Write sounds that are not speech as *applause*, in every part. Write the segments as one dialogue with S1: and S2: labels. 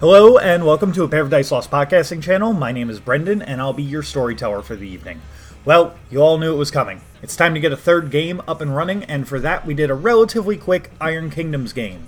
S1: Hello and welcome to a Paradise Lost podcasting channel. My name is Brendan and I'll be your storyteller for the evening. Well, you all knew it was coming. It's time to get a third game up and running, and for that, we did a relatively quick Iron Kingdoms game.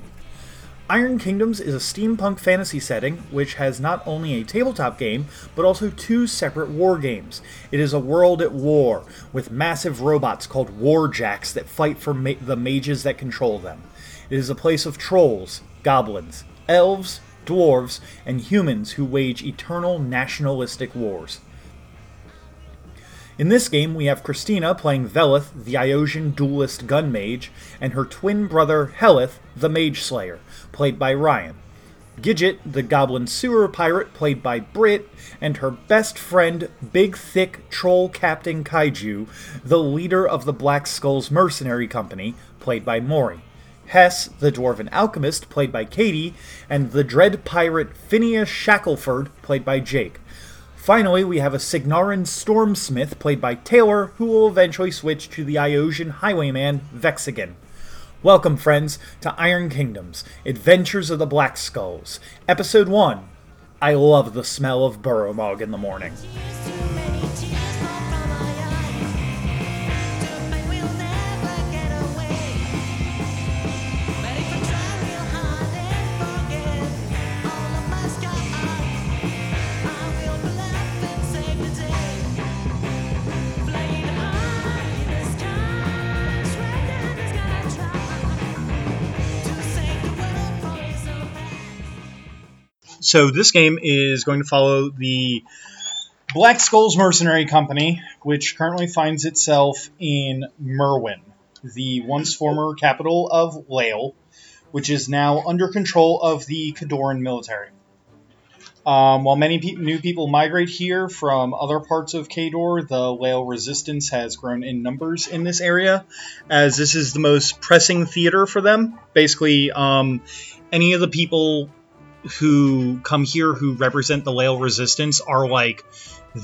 S1: Iron Kingdoms is a steampunk fantasy setting which has not only a tabletop game, but also two separate war games. It is a world at war, with massive robots called warjacks that fight for ma- the mages that control them. It is a place of trolls, goblins, elves, dwarves, and humans who wage eternal nationalistic wars. In this game, we have Christina playing Velith, the Iosian duelist gun mage, and her twin brother Helith, the mage slayer, played by Ryan. Gidget, the goblin sewer pirate, played by Brit, and her best friend, Big Thick Troll Captain Kaiju, the leader of the Black Skulls Mercenary Company, played by Mori. Hess, the dwarven alchemist, played by Katie, and the dread pirate Phineas Shackelford, played by Jake. Finally, we have a Signarin Stormsmith, played by Taylor, who will eventually switch to the Iosian highwayman Vexigan. Welcome, friends, to Iron Kingdoms Adventures of the Black Skulls, Episode 1. I love the smell of Burrowmog in the morning.
S2: Tears, too many tears fall from my eyes. Tonight we'll never get away. But if I try real hard and forget all of my scars, I will be left and save the day. Flying high in the sky, sweating is gonna try to save the world from his own hands.
S1: So this game is going to follow the Black Skulls Mercenary Company, which currently finds itself in Merwin, the once former capital of Lael, which is now under control of the Cadoran military. Um, while many pe- new people migrate here from other parts of Kador, the Lael resistance has grown in numbers in this area, as this is the most pressing theater for them. Basically, um, any of the people who come here who represent the Lael resistance are like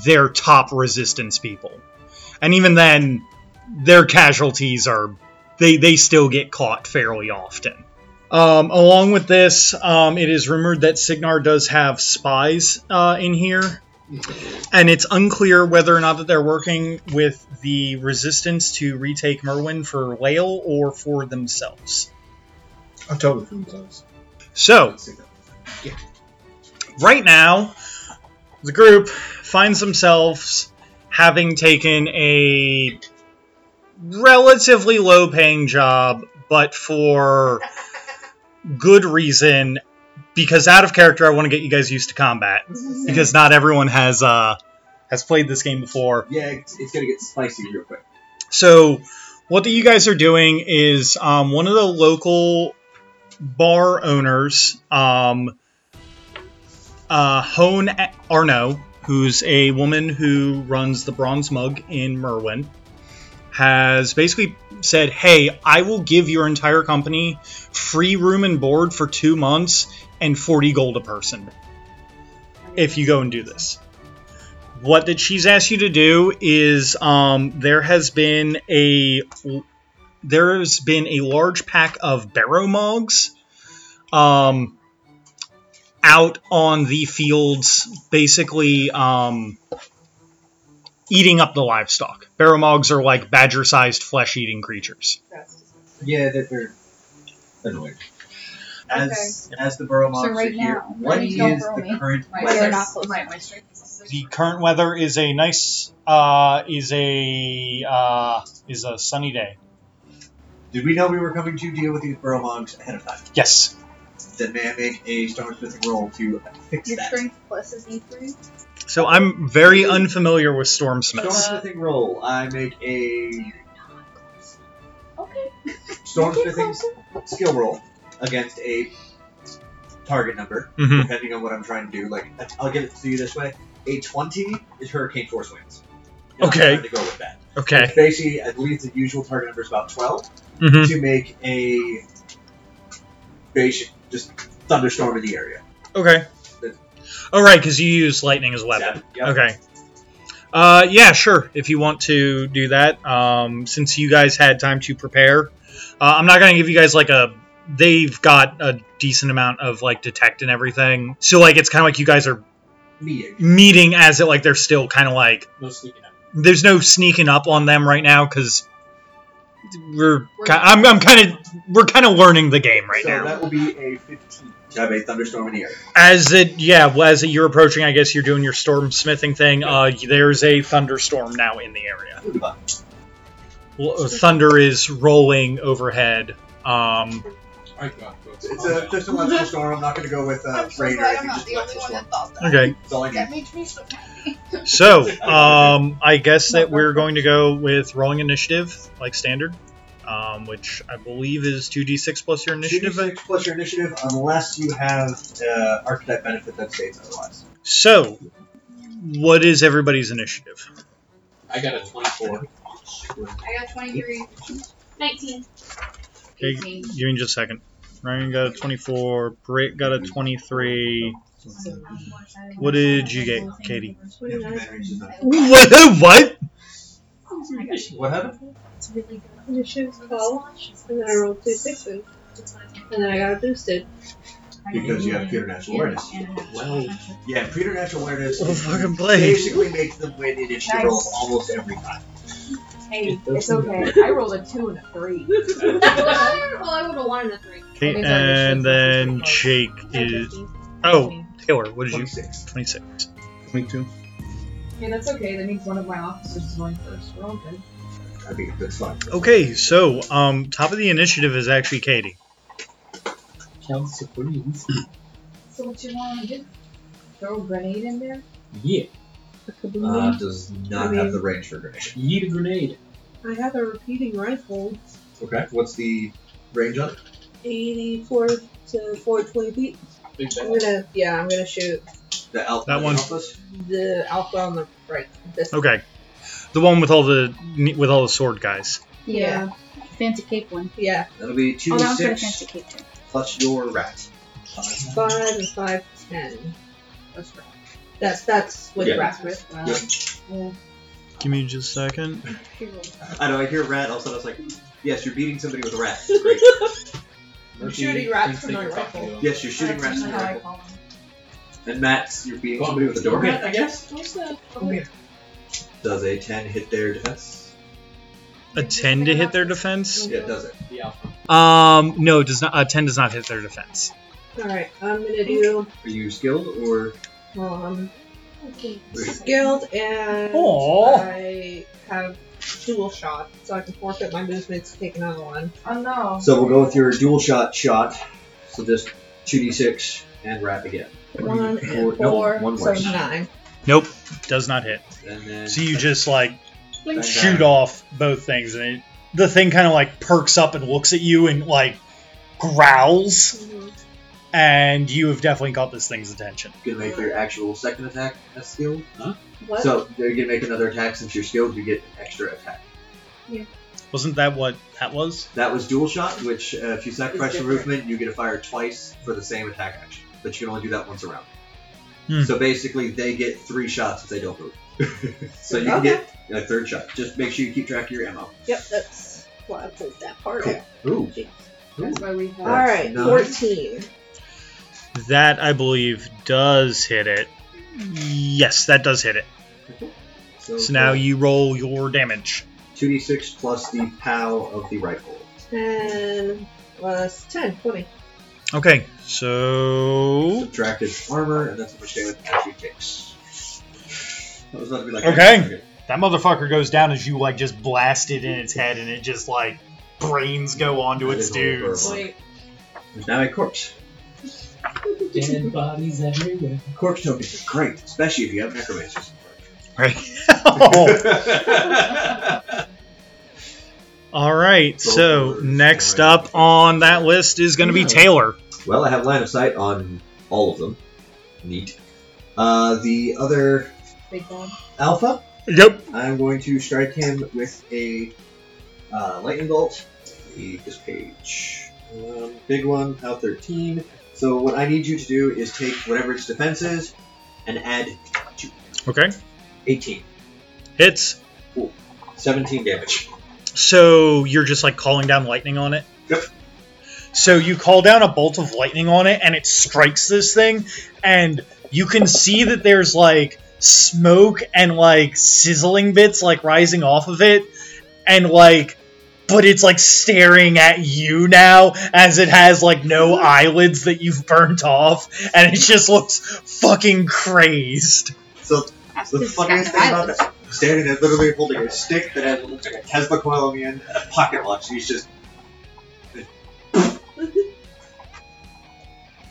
S1: their top resistance people. And even then, their casualties are they they still get caught fairly often. Um, along with this, um, it is rumored that Signar does have spies uh, in here, and it's unclear whether or not that they're working with the Resistance to retake Merwin for Lael or for themselves.
S3: I'm totally feeling close.
S1: So, right now, the group finds themselves having taken a relatively low paying job, but for good reason. Because out of character, I want to get you guys used to combat. Because not everyone has uh, has played this game before.
S4: Yeah, it's, it's gonna get spicy real quick.
S1: So, what that you guys are doing is um, one of the local bar owners, um, uh, Hone A- Arno, who's a woman who runs the Bronze Mug in Merwin, has basically said, "Hey, I will give your entire company free room and board for two months and forty gold a person if you go and do this." what that she's asked you to do is um, there has been a there has been a large pack of barrow mogs um, out on the fields basically um, eating up the livestock barrow mogs are like badger sized flesh eating creatures
S4: Yeah, they're, they're annoying. As as the burrow mobs
S5: So right
S4: are here,
S5: now,
S4: what
S5: please
S4: is
S5: don't throw
S4: the
S5: me.
S4: current
S5: My,
S4: weather?
S5: they're not close. My, my strength
S1: the current weather is a nice uh, is a uh, is a sunny day
S4: Did we know we were coming to deal with these burrow mobs ahead of time?
S1: yes
S4: Then may I make a starmsmithing roll to fix
S5: Your
S4: that?
S5: strength plus is E3.
S1: So I'm very unfamiliar with stormsmiths.
S4: Stormsmithing roll. I make a
S5: Okay.
S4: stormsmithing skill roll against a target number,
S1: Mhm.
S4: depending on what I'm trying to do. Like I'll give it to you this way: a twenty is hurricane force winds. And I'm
S1: Okay.
S4: trying to go with that.
S1: Okay.
S4: It's basically, I believe the usual target number is about 12
S1: Mhm.
S4: to make a basic just thunderstorm in the area.
S1: Okay. All right, because you use lightning as a weapon.
S4: Yep.
S1: Okay. Uh, yeah, sure. If you want to do that, um, since you guys had time to prepare, uh, I'm not going to give you guys like a they've got a decent amount of like detect and everything. So like it's kind of like you guys are
S4: meeting.
S1: meeting as it like they're still kind of like
S6: No sneaking up.
S1: there's no sneaking up on them right now because we're ki- I'm, I'm kind of we're kind of learning the game right
S4: so
S1: now.
S4: that will be a 15. To have a thunderstorm in the air.
S1: As it, yeah, well, as you're approaching, I guess you're doing your storm smithing thing. Uh, there's a thunderstorm now in the area.
S4: It'll be fun.
S1: Well, uh, Thunder is rolling overhead. Um,
S6: I got this.
S4: It's a, just a electrical storm. I'm not going to go with uh,
S5: I'm so
S4: rain or
S5: glad I'm
S4: anything.
S5: not
S4: Just
S5: the only
S4: electrical storm.
S5: one that thought that.
S1: okay,
S4: That's all I
S5: That
S4: need.
S5: makes me so
S1: so
S5: happy.
S1: um, I guess that we're going to go with rolling initiative, like standard, um, which I believe is two d6 plus your initiative.
S4: 2d6 plus your initiative, unless you have uh, archetype benefit that states otherwise.
S1: So, what is everybody's initiative?
S6: I got a 24.
S5: I got 23.
S7: 19.
S1: Okay, give me just a second. Ryan got a 24. Britt got a 23. What did you get, Katie? What? *laughs* what?
S4: What happened?
S8: Initiative's 12, and then I rolled two sixes, and then I got it boosted.
S4: Because you have preternatural awareness.
S6: Well,
S4: Yeah, preternatural awareness
S1: Oh, fucking play.
S4: basically makes them win initiative
S5: Nice.
S4: rolls almost every time.
S5: Hey, it's okay.
S1: *laughs*
S5: I rolled a 2 and a
S8: *laughs*
S5: 3.
S7: well, I would have wanted a 3.
S1: Okay, and then Jake is. Oh, Taylor, what did you?
S4: 26.
S1: 26.
S3: 22.
S5: Hey, that's okay. That means one of my officers is going first. We're all good.
S4: I think that's fine.
S1: Okay, so um, top of the initiative is actually Katie.
S6: Count Supremes.
S5: So what you want to do? Throw a grenade in there?
S6: Yeah.
S4: Uh, does not have the range for grenade.
S6: Yeet a grenade.
S8: I have a repeating rifle,
S4: Okay, what's the range on it?
S8: 84 to 420 feet.
S6: Big
S8: I'm
S6: bad.
S8: gonna, yeah, I'm gonna shoot
S4: The alpha.
S1: That one.
S4: Alphas?
S8: the alpha on the right. This
S1: Okay, the one with all the with all the sword guys.
S8: Yeah.
S7: Fancy cake one.
S8: Yeah,
S4: That'll be
S7: Oh,
S4: 2
S7: that was for the
S4: 6
S7: fancy cake. one.
S4: plus your rat.
S8: five and five, ten. That's right. That's that's with
S4: Yeah.
S8: Rasmus. Wow.
S4: Yeah.
S1: Give me just a second.
S7: She rolled.
S4: I know, I hear rat, all of a sudden I was like, yes, you're beating somebody with a rat.
S7: *laughs*
S4: Great.
S8: I'm shooting rats from my rifle.
S4: yes, you're shooting rats in the
S5: how I
S4: rifle.
S5: call them.
S4: And Matt's, you're beating
S6: Well,
S4: somebody with a door
S6: I guess.
S4: Does a 10 hit their defense?
S1: A 10 to hit their defense?
S4: Yeah, does it?
S6: Yeah.
S1: Um, no, it does not. A 10 does not hit their defense.
S8: All right, I'm gonna do
S4: Are you skilled or.
S8: um
S7: Okay.
S8: skilled and
S1: Aw.
S8: I have dual shot, so I can forfeit my movement to take another one.
S5: Oh no.
S4: So we'll go with your dual shot shot. So just 2d6 and rat again.
S8: One and
S4: Four-
S8: four,
S4: no, one
S8: so
S4: worse.
S8: nine.
S1: Nope, does not hit.
S4: And then.
S1: So you just like
S4: and, uh,
S1: shoot off both things, and it, the thing kind of like perks up and looks at you and like growls, and you have definitely caught this thing's attention.
S4: Gonna make your actual second attack a skill.
S8: What?
S4: So you're gonna make another attack since you're skilled. You get an extra attack.
S1: Wasn't that what that was?
S4: That was dual shot, which uh, if you sacrifice your
S8: different.
S4: movement, you get to fire twice for the same attack action. But you can only do that once a round.
S1: Hmm.
S4: So basically, they get three shots if they don't move. *laughs* so you can get a third shot. Just make sure you keep track of your ammo.
S8: Yep, that's why I pulled that part.
S4: Cool. Ooh.
S5: That's why we have.
S8: All right,
S4: Nine.
S8: fourteen.
S1: That I believe does hit it. Yes, that does hit it.
S4: So,
S1: So now you roll your damage.
S4: 2d6 plus the POW of the rifle.
S8: 10 plus 10, 20.
S1: Okay, so
S4: Subtracted armor, and that's how much damage it actually takes. That was about to be like.
S1: Okay. that motherfucker goes down as you like just blast it in its head, and it just like brains go onto
S4: That
S1: its
S4: is a little
S1: dudes.
S4: horrible. There's now a corpse.
S6: Dead bodies everywhere.
S4: Corpse tokens are great, especially if you have necromancers.
S1: Right. *laughs* Oh. All right.
S4: Go
S1: So
S4: for it.
S1: next
S4: All right.
S1: up on that list is going to be
S6: Yeah.
S1: Taylor.
S4: *laughs* well, I have line of sight on all of them. Neat. Uh, the other
S5: Big bomb.
S4: alpha,
S1: Yep.
S4: I'm going to strike him with a uh, lightning bolt. Let me This page. Um, big one, POW 13. So, what I need you to do is take whatever its defense is and add two.
S1: Okay.
S4: 18.
S1: Hits.
S4: 17 damage.
S1: So you're just like calling down lightning on it.
S4: Yep.
S1: So you call down a bolt of lightning on it, and it strikes this thing, and you can see that there's like smoke and like sizzling bits like rising off of it, and like, but it's like staring at you now as it has like no eyelids that you've burnt off, and it just looks fucking crazed.
S4: So
S7: That's
S4: the
S7: just
S4: funniest thing
S7: got no
S4: about that, standing there literally holding a stick that has looks like a Tesla coil on the end and a pocket watch, and he's just. *laughs*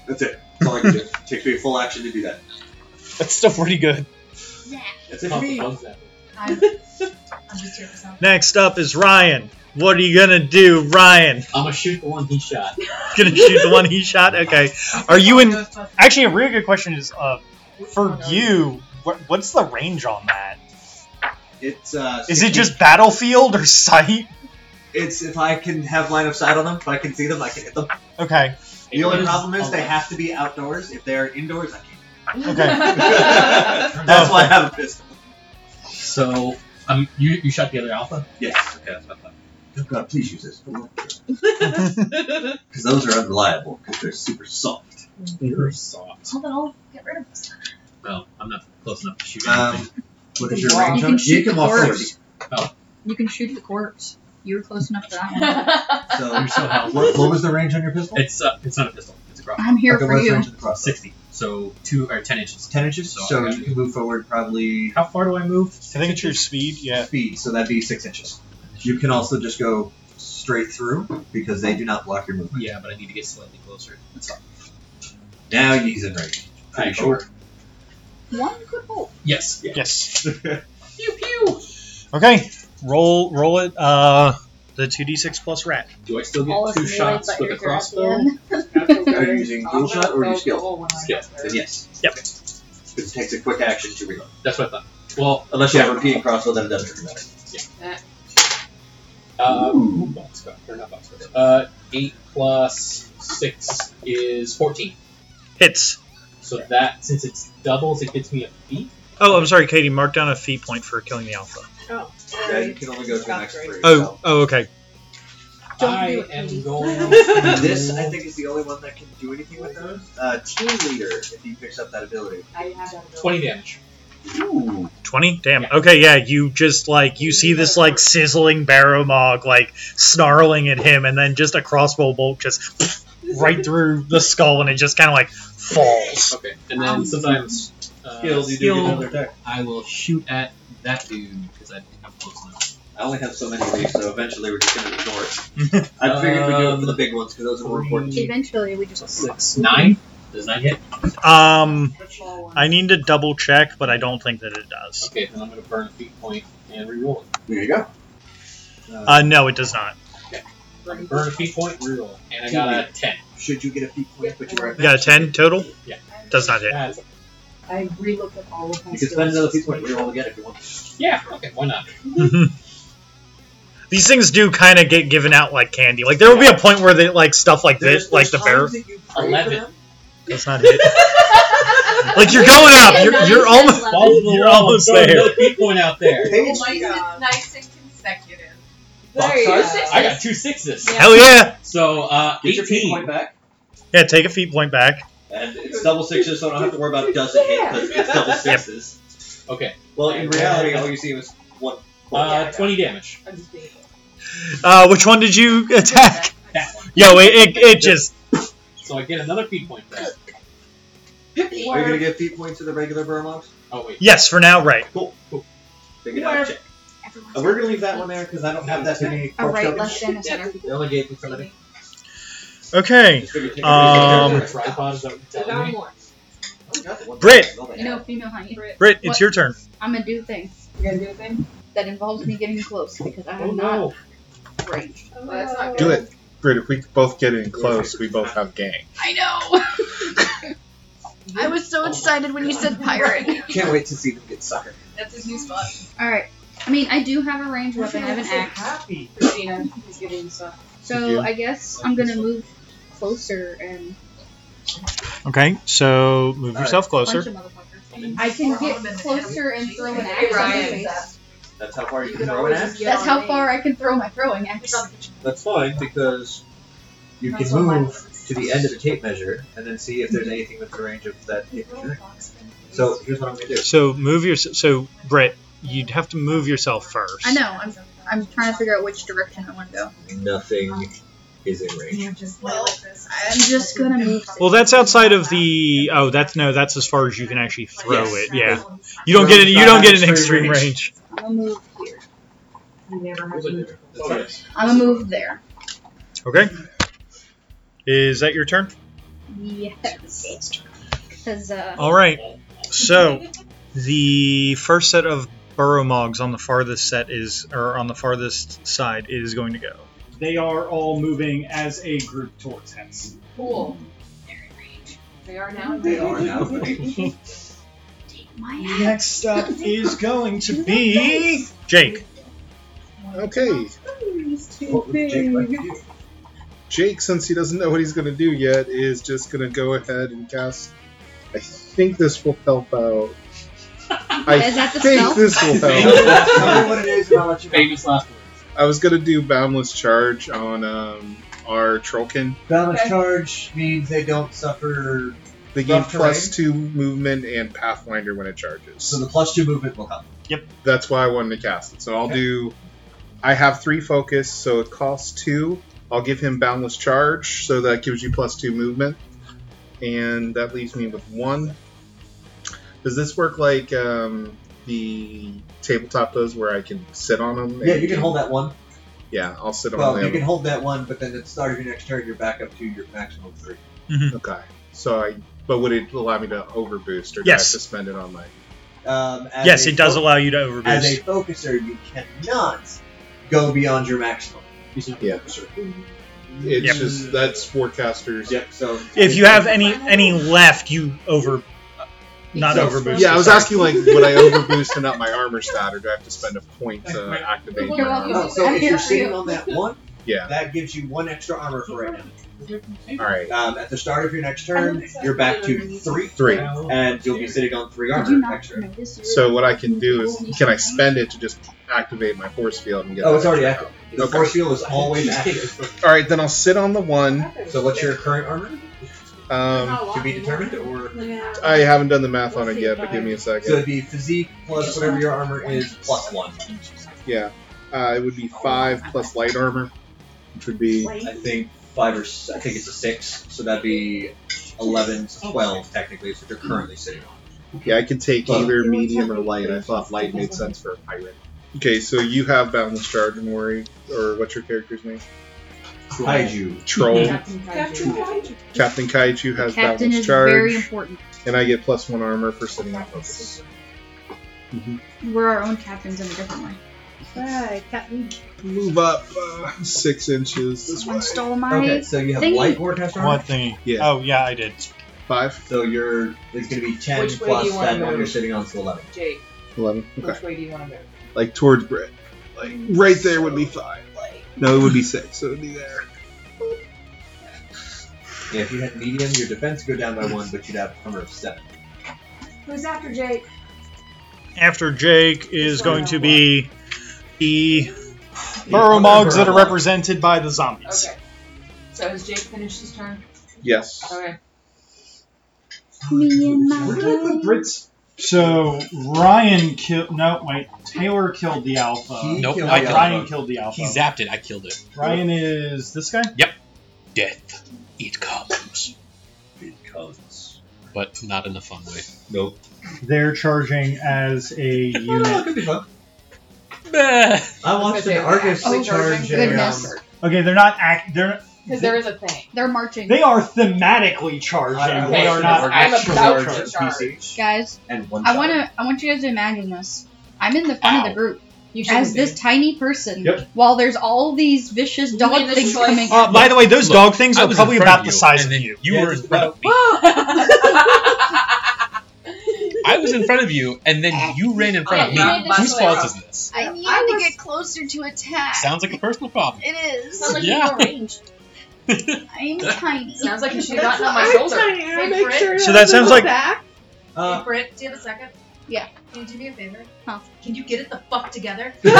S4: That's it. That's all I can do. Takes me a full action to do that.
S1: That's still pretty good.
S4: That's it for
S6: Pop the
S4: me.
S6: bugs out.
S7: eyelids. I'm, I'm just here for sound.
S1: Next up is Ryan. What are you gonna do, Ryan?
S6: I'm gonna shoot the one he shot.
S1: Gonna shoot the one he shot? Okay. Are you in? Actually, a really good question is uh, for you. wh- What's the range on that?
S4: It's uh.
S1: Is it
S4: 60
S1: just battlefield or sight?
S4: It's if I can have line of sight on them, if I can see them, I can hit them.
S1: Okay.
S4: The only problem is they have to be outdoors. If they are indoors,
S7: *laughs*
S4: I can't. *laughs*
S8: *laughs*
S1: Okay.
S4: That's why I have a pistol.
S6: So, um, you you shot the other alpha.
S4: Yes. Okay, that's what I thought. Oh God, please use this. Because those are unreliable because they're super soft.
S6: You're soft.
S7: Hold on, I'll get rid of this.
S6: Well, I'm not close enough to shoot
S4: Um,
S6: anything.
S4: what
S7: You
S4: is your
S7: can
S4: range? on-
S7: shoot
S4: you can
S7: the
S4: walk
S7: corpse.
S4: 30.
S7: You can shoot the corpse. You were close enough for that one.
S4: So
S6: You're so helpful.
S4: what, what was the range on your pistol?
S6: It's uh, it's not a pistol. It's a crossbow.
S7: I'm here
S4: okay,
S7: for
S4: what's the
S7: you.
S4: range of the crossbow?
S6: Sixty. So two or ten inches.
S4: Ten inches.
S6: So
S4: So,
S6: I got
S4: you can move forward probably
S6: How far do I move?
S1: I think it's your speed. Yeah.
S4: speed, so that'd be six inches. You can also just go straight through because they do not block your movement.
S6: Yeah, but I need to get slightly closer. That's all.
S4: Now he's in range. Pretty
S6: Alright,
S4: sure.
S7: One could hope.
S6: Yes. Yeah.
S1: Yes.
S6: Pew pew.
S1: Okay. Roll. Roll it. Uh, the two d six plus rat.
S6: Do I still
S7: All
S6: get
S7: of
S6: two
S7: me,
S6: shots
S7: but
S6: with the
S7: you're
S6: crossbow?
S7: European. *laughs*
S4: Are you using dual shot or are you skilled?
S6: Skill.
S4: Then yes.
S1: Yep.
S4: It takes a quick action to reload.
S6: That's what I thought. Well,
S4: Unless you have repeating crossbow, then it doesn't matter.
S6: um, box cut, or not box cut. Uh, eight plus six is fourteen.
S1: Hits.
S6: So that since it's doubles, it gets me a feet.
S1: Oh, I'm sorry, Katie. Mark down a feat point for killing the alpha.
S8: Oh,
S4: Yeah, you can only go to the next three.
S1: Oh. Oh. Okay.
S7: Don't
S6: I
S7: do it,
S6: am
S7: please.
S6: going.
S7: *laughs*
S4: So this, I
S6: to-
S4: think, is the only one that can do anything with those. Uh, team leader, if he picks up that ability.
S6: Twenty damage.
S4: Ooh.
S1: Twenty. Damn.
S6: Yeah.
S1: Okay. Yeah. You just like you see this like sizzling barrow mog like snarling at him, and then just a crossbow bolt just *laughs* right through the skull, and it just kind of like falls.
S6: Okay, and then sometimes uh,
S4: Skills, you do
S6: skill,
S4: get another attack.
S6: I will shoot at that dude because I think I'm close enough.
S4: I only have so many of these, so eventually we're just gonna ignore *laughs* it. I figured we'd go for the big ones because those are more important.
S7: Eventually, we just
S6: Six, nine. Does nine hit?
S1: Um,
S7: the small one.
S1: I need to double check, but I don't think that it does.
S6: Okay, then I'm gonna burn a feet point and reroll it.
S4: There you go.
S1: Uh, no, it does not.
S6: Burn a feet point, reroll, and I got a ten.
S4: Should you get a feet point, but you are
S1: You got a ten total.
S6: Yeah.
S1: Does not hit.
S6: That's-
S7: I relooked at all of my
S4: You can spend another feet point and reroll again if you want.
S6: yeah. Okay, why not?
S1: Mhm. *laughs* These things do kind of get given out like candy. Like there will be a point where they like stuff like this, like the barrow.
S6: Eleven.
S1: Does not hit. Like you're going up. You're you're almost. You're almost
S6: Throw
S1: there.
S6: another feet point out there.
S5: Oh
S7: Oh
S4: Page,
S5: God.
S8: nice and consecutive.
S4: Box
S5: There you
S4: size?
S5: go.
S6: I got two sixes.
S8: Yeah.
S1: Hell yeah.
S6: So uh,
S4: get your feet point
S6: eighteen.
S4: back.
S1: Yeah, take a feet point back.
S4: And it's double sixes, so I don't have to worry about does it hit because it's double sixes.
S6: Okay,
S4: Well, in reality, all you see was one. point.
S6: uh, twenty damage.
S5: I'm just being.
S1: Uh, which one did you
S5: *laughs*
S1: attack?
S6: That one.
S1: Yo, it, it, it just.
S6: So I get another feet point back.
S4: Are you gonna give feet points to the regular Burmox?
S6: Oh wait.
S1: Yes, for now, right.
S4: Cool. Cool. Figure it out. Check.
S7: Everyone's
S4: Uh, we're gonna leave that one there because I don't have that many
S7: a
S4: corpse
S7: right,
S4: tokens.
S7: left, and a center.
S4: They only gave me so many.
S1: Okay.
S4: Just figured take a
S1: Um,
S4: picture.
S6: tripod is that what you're
S5: There's
S6: telling me?
S5: not more.
S4: Oh, God, the one-
S1: Brit.
S4: Oh, they
S7: You know,
S4: have.
S7: if you know honey,
S1: Britt, it's your turn.
S7: I'm gonna do things
S5: You gonna do a thing?
S7: that involves me getting close because I'm
S6: Oh
S7: not
S6: no.
S7: ranged.
S5: Well, that's not
S3: Do
S5: good.
S3: it. Great, if we both get in close, we both have gang.
S7: I know. *laughs* I was
S4: Oh,
S7: so excited when you said pirate. *laughs*
S4: Can't wait to see them get suckered.
S8: That's his new spot.
S7: All right. I mean, I do have a range weapon. I have an axe,
S6: happy.
S5: Christina is giving you stuff.
S7: so I guess I'm gonna move closer and
S1: Okay, so move
S4: All right.
S1: yourself
S7: punch a
S1: closer.
S7: motherfucker. I can get closer and throw an axe. at
S8: Ryan.
S7: their face.
S4: That's how far you
S5: You
S4: can
S5: can
S4: throw an
S5: always
S4: axe.
S5: get
S7: That's
S5: on
S7: how
S5: me.
S7: far I can throw my throwing axe.
S4: That's fine because You can move to the end of the tape measure and then see if there's anything within the range of that tape measure. So here's what I'm gonna do.
S1: So move your. So Britt, you'd have to move yourself first.
S7: I know. I'm, I'm trying to figure out which direction I want to go.
S4: Nothing is in range.
S7: Well, I'm just gonna move.
S1: Well, that's outside of the. Oh, that's no. That's as far as you can actually throw
S6: Yes.
S1: it. Yeah. You don't get any. You don't get an extreme range.
S7: I'm gonna move here.
S5: You never have
S6: Who's
S5: to
S6: in
S5: move.
S6: there?
S3: Oh, yes.
S7: I'm gonna move there.
S1: Okay. Is that your turn?
S7: Yes. Because uh,
S1: All right. So the first set of burrowogs on the farthest set is, or on the farthest side is going to go. They are all moving as a group towards Hess.
S5: Cool. They are now.
S4: They are *laughs* now. buddy.
S7: my hat.
S1: Next up is going to be Jake.
S3: Okay,
S8: He's too
S4: What would Jake like to do?
S3: Jake, since he doesn't know what he's going to do yet, is just going to go ahead and cast. I think this will help out.
S7: *laughs*
S3: I
S7: Is that the
S3: think
S7: spell?
S3: this will help.
S4: Tell me what it is and I'll let you know.
S6: Famous last words.
S3: I was going to do Boundless Charge on um, our Trollkin.
S4: Balance
S5: Okay.
S4: charge means they don't suffer.
S3: They gain
S4: Rough
S3: plus two movement and Pathfinder when it charges.
S4: So the plus two movement will help.
S3: That's why I wanted to cast it. So I'll do. I have three focus, so it costs two. I'll give him Boundless Charge, so that gives you plus two movement, and that leaves me with one. Does this work like um, the tabletop does, where I can sit on them?
S4: Yeah, you can hold that one.
S3: Yeah, I'll sit on
S4: Well, you
S3: them.
S4: can hold that one, but then at the start of your next turn, you're back up to your maximum three.
S3: Okay. So I. But would it allow me to overboost, or do I have
S1: Yes.
S3: to spend it on my?
S4: Um, as
S1: Yes,
S4: a
S1: it does
S4: fo-
S1: allow you to
S4: As a
S1: overboost.
S4: focuser, you cannot go beyond your maximum.
S6: He's not
S3: Yeah.
S6: sure.
S3: It's
S1: Yep.
S3: just that's forecasters.
S4: Yep. So
S1: If you have any any left, you over. Not
S4: So-
S1: overboost.
S3: Yeah, I was
S1: sorry.
S3: asking like, would I overboost and up my armor stat, or do I have to spend a point to activate my armor?
S4: No, so if you're sitting on that one,
S3: Yeah.
S4: that gives you one extra armor for right now.
S3: All right.
S4: Um, at the start of your next turn, you're back to three,
S3: Three.
S4: and you'll be sitting on three
S7: Did you
S4: armor
S7: not
S4: extra.
S7: notice? you
S3: So
S7: were-
S3: what I can do is, can I spend it to just activate my force field and get?
S4: Oh,
S3: that
S4: it's already
S3: extra
S4: active. The
S3: Okay.
S4: force field is
S7: *laughs*
S4: always active.
S3: power? All right, then I'll sit on the one.
S4: So what's your current armor?
S3: Um,
S7: Oh,
S4: To be determined, or
S3: I haven't done the math on it yet, but give me a
S4: so it'd
S3: second.
S4: be physique plus whatever your armor is plus one.
S3: Yeah, uh, it would be five plus light armor, which would be
S4: I think five or s- I think it's a six, so that'd be eleven to twelve technically, is what you're currently sitting on.
S3: yeah. I can take either medium or light. I thought light made sense for a pirate. Okay, so you have Boundless Charge and Worry, or what's your character's name?
S4: Kaiju.
S3: Troll.
S8: Captain Kaiju.
S3: Captain Kaiju has
S7: Captain
S3: Boundless
S7: is
S3: Charge.
S7: very important.
S3: And I get plus one armor for sitting on focus.
S7: We're our own captains in a different way.
S8: Hi, Captain.
S3: Move up uh, six inches this way.
S7: Someone stole my.
S4: Okay, so you have
S7: Thingy.
S4: light forecast armor.
S1: What thing?
S3: Yeah.
S1: Oh yeah, I did.
S3: Five,
S4: So you're it's gonna be ten
S5: Which way
S4: plus
S5: do you wanna
S4: that one
S5: move?
S4: you're sitting on, so eleven.
S5: Jake,
S3: eleven. Okay.
S5: which way do you want to move?
S3: Like towards Brit. Like right there would be five. No, it would be six. So it would be there.
S4: Yeah, if you had medium, your defense would go down by one, but you'd have armor of seven.
S8: Who's after Jake?
S1: After Jake is going to be the
S4: Yeah,
S1: burrowogs that are
S4: burrow.
S1: represented by the zombies.
S5: Okay. So has Jake finished his turn?
S3: Yes.
S5: Okay.
S7: Me and my.
S1: Where did I put Brits? So Ryan killed. No, wait. Taylor killed the
S4: He
S3: Uh,
S1: alpha. Uh,
S6: Nope,
S4: killed
S6: I
S4: the
S6: killed
S4: other
S1: Ryan
S4: one.
S1: killed the alpha.
S6: He zapped it. I killed it.
S1: Ryan is this guy.
S6: Death. It comes.
S4: Because-
S6: But not in a fun way.
S4: Nope.
S1: They're charging as a
S4: I don't know, it
S1: unit.
S4: could be fun.
S6: Bah.
S4: I watched an Argus
S5: Oh,
S4: charge a, um,
S7: goodness.
S1: Okay, they're not act. They're
S5: Because there is a thing.
S7: They're marching.
S1: they are thematically charging.
S4: I- I
S1: They are
S4: watched
S1: not
S4: an
S5: I'm
S1: actually
S4: Argus
S5: about to
S1: charging.
S4: charge
S5: charge.
S4: at PCH
S7: Guys,
S4: and one
S7: I
S4: shot.
S7: wanna. I want you guys to imagine this. I'm in the front of
S6: Ow.
S7: the group
S5: You should
S7: as
S5: be.
S7: this tiny person,
S1: Yep.
S7: while there's all these vicious
S5: You
S7: dog
S5: mean this
S7: things
S5: choice?
S7: coming.
S1: Uh,
S5: *laughs*
S1: by the way, those
S6: Look,
S1: dog things
S6: I
S1: are
S6: was in
S1: probably
S6: front
S1: about
S6: of
S1: the
S6: you,
S1: size
S6: and
S1: of
S6: then
S1: you.
S6: You
S4: Yeah,
S6: were in
S4: just
S6: front of me.
S9: *laughs*
S6: I was in front of you, and then you ran in front
S5: Oh, Yeah,
S6: of
S5: you did
S6: me.
S5: this
S6: Whose
S5: way
S6: fault
S5: around.
S6: is this?
S7: I need
S8: I was-
S7: to get closer to attack.
S6: Sounds like a personal problem.
S7: it is.
S5: Sounds like
S6: Yeah.
S5: you *laughs* range.
S7: I'm tiny.
S5: Sounds like you should have
S8: That's
S5: gotten on
S8: why
S5: my
S8: I'm
S5: shoulder.
S8: trying to
S5: Hey,
S8: make
S5: Brit.
S8: sure
S1: So
S8: I
S1: that sounds
S8: go
S1: like-
S8: back.
S5: Hey,
S4: Uh,
S5: Britt, do you have a second?
S7: Yeah.
S5: Can you do me a favor?
S7: Huh.
S5: Can you get it the fuck
S9: *laughs*
S5: together? *laughs* Oh,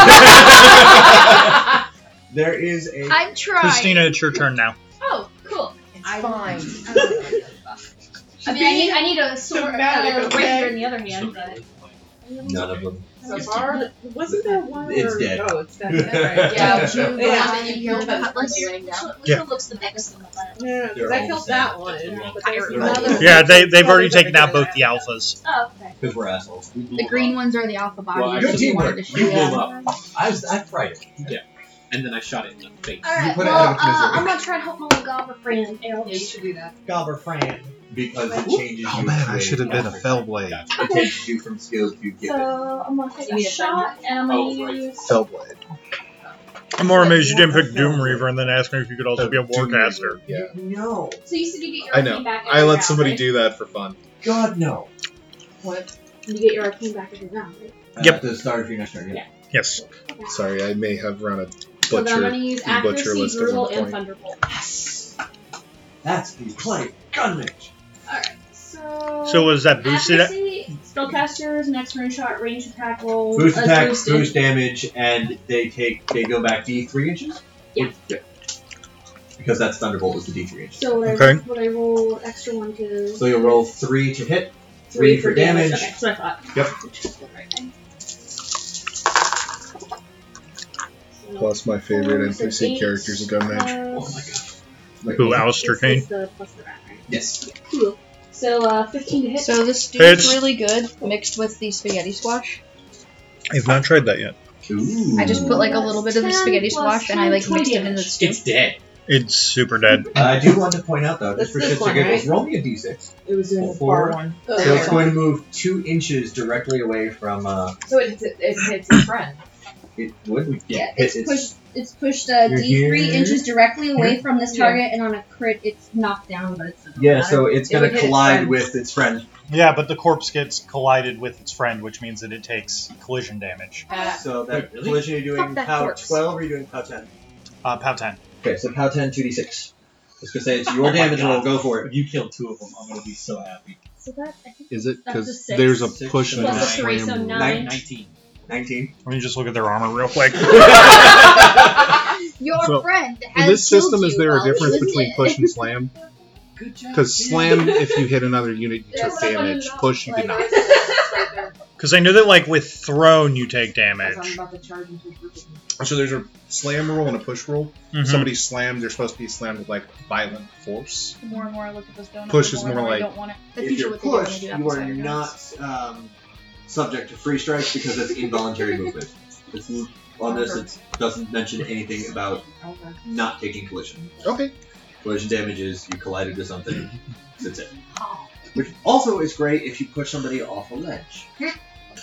S4: there is a
S7: I'm trying.
S1: Christina, it's your turn now.
S5: oh,
S9: I-
S5: *laughs*
S2: fine.
S9: I mean, I need, I need a sword,
S5: Thematic,
S9: uh,
S5: okay?
S9: rapier in the other hand, but
S4: None of them.
S5: So far, wasn't there one?
S4: It's
S5: where-
S4: dead.
S5: Oh, it's
S4: *laughs*
S5: dead. That's
S9: yeah,
S5: right.
S9: you, the
S5: Yeah.
S9: one that you killed the cutlass.
S3: Yeah.
S9: looks the biggest in the lab?
S5: Yeah, because I killed that one. But there's
S9: They're
S5: another
S9: all-
S5: one.
S1: Yeah, they, they've already taken out both the alphas.
S9: Oh, okay.
S4: Because we're assholes.
S9: The green ones are the alpha
S6: Well, I
S9: bodies.
S6: Good
S9: that you wanted to
S4: teamwork.
S9: shoot.
S6: You blew
S9: Yeah.
S6: him up,
S4: I was, I tried it.
S6: and then I shot it in the face.
S9: All right.
S3: put it
S9: Well,
S3: out
S9: uh,
S3: of misery.
S9: I'm gonna try and help my little goblin friend.
S5: Yeah, you should do that.
S4: Gobber Fran. Because it
S9: Whoop.
S4: changes you.
S3: Oh man, I
S4: way-
S3: should have been a Fellblade.
S6: Gotcha.
S4: It changes you from skills you
S9: So
S4: given.
S9: I'm gonna take a
S5: You need a
S9: shot, and I'm gonna
S6: Oh, right.
S9: use.
S3: Fellblade.
S1: I'm more amazed you didn't pick Doom Reaver and then ask me if you could also be a
S3: Oh, Doom
S1: Warcaster.
S3: Reaver, Yeah.
S4: No.
S9: So you said you get your
S3: I know.
S9: arcane back.
S3: I
S9: every
S3: let
S9: round,
S3: somebody
S9: right?
S3: do that for fun.
S4: God, no.
S5: What?
S9: You get your arcane back every round. Right?
S4: I
S1: Yep.
S4: have to start if you're not sure. Yeah.
S1: Yes.
S3: Sorry, I may have run a
S9: So then I'm
S3: butcher.
S9: gonna use
S3: you butcher list at
S9: accuracy, brutal,
S3: one
S9: and
S3: point.
S9: thunderbolt.
S4: That's the play. Gun mage.
S9: All right. So.
S1: So uh, was that boosted?
S9: accuracy, spellcasters, next range shot, range attack roll.
S4: Boost
S9: uh,
S4: attack,
S9: boosted.
S4: boost damage, and they take they go back D three inches.
S9: Yeah.
S4: Because that's thunderbolt is the D three inches.
S9: So what I,
S1: Okay.
S9: what I roll extra one to
S4: So you'll roll three to hit, three, for damage.
S9: Okay, that's what I thought.
S3: Yep.
S9: Which is the right thing. So,
S3: Plus my favorite
S9: Um, so
S3: NPC
S9: eight,
S3: characters in Gunmage.
S9: uh,
S6: Oh my god.
S3: Like,
S1: Who, Alistair
S9: this
S1: Kane?
S9: is the plus the rat, right?
S4: Yes.
S9: Cool. So uh, 15 to hit.
S2: So this
S1: It's-
S2: dude's really good mixed with the spaghetti squash.
S1: I've not tried that yet.
S4: Ooh.
S2: I just put like a little bit of the
S9: 10
S2: spaghetti
S9: plus
S2: squash and I like
S9: 20
S2: mixed it in the
S9: damage.
S2: stew.
S6: It's dead.
S1: It's super dead.
S4: Uh, I do want to point out though, just
S5: That's
S4: for
S5: this
S4: shits
S5: one,
S4: and giggles,
S5: right? Oh,
S4: roll me a D six.
S5: It was in the
S4: Four.
S5: far one.
S4: So it's going to move two inches directly away from uh,
S5: So it, it, it hits its friend.
S4: it would
S2: Yeah,
S4: hit
S2: it's pushed. It's pushed uh,
S4: You're
S2: D3
S4: here.
S2: inches directly away from this
S5: Yeah.
S2: target, and on a crit, it's knocked down, but it's
S4: Yeah, so it's
S5: It
S4: gonna
S5: would hit its
S4: collide
S5: friend.
S4: with its friend.
S1: Yeah, but the corpse gets collided with its friend, which means that it takes collision damage.
S5: Uh,
S4: So that
S6: Wait, really?
S4: collision you're doing
S2: Fuck that
S4: pow
S2: corpse.
S4: twelve or you're doing pow ten?
S1: Uh, pow 10.
S4: Okay, so pow ten two D six. Let's just say it's your
S6: Oh my
S4: damage
S6: God.
S4: roll, go for it.
S6: If you kill two of them, I'm gonna be so happy.
S2: So that I think
S3: Is it?
S9: That's a
S3: Because
S9: six.
S3: there's a
S4: Six
S3: push and
S4: plus
S3: a
S4: a
S9: three, so
S3: slam.
S9: nine. Nine.
S6: Nineteen.
S4: Nineteen.
S1: Let me just look at their armor real *laughs* quick.
S2: your
S3: So,
S2: friend
S3: In
S2: has
S3: this
S2: killed
S3: system, is
S2: you
S3: there a
S2: while he
S3: difference
S2: was
S3: between
S2: dead.
S3: push and slam?
S6: Good job.
S3: Because
S6: dude.
S5: *laughs*
S3: slam, if you hit another unit, you
S9: That's
S3: took
S9: what I wanted
S3: damage.
S9: to know.
S3: Push, you
S9: Like,
S3: did not.
S5: *laughs*
S1: Because I know that like with thrown you take
S5: as I'm
S1: damage.
S5: about to charge into freaking.
S3: So there's a slam roll and a push roll.
S1: Mhm.
S3: Somebody slammed, they're supposed to be slammed with like violent force.
S9: The more and more I look at this donut,
S3: Push
S9: the
S3: is
S9: and
S3: more
S9: I
S3: like-
S9: don't want it. That's
S4: if you're
S9: usually what they do when
S4: pushed,
S9: they do
S4: you
S9: apple
S4: are
S9: cider donuts.
S4: not um, subject to free strikes because it's involuntary movement. It's, on this, it doesn't mention anything about
S5: Okay.
S4: not taking collision.
S3: Okay.
S4: Collision damage is you collided with something. That's it. Which also is great if you push somebody off a ledge.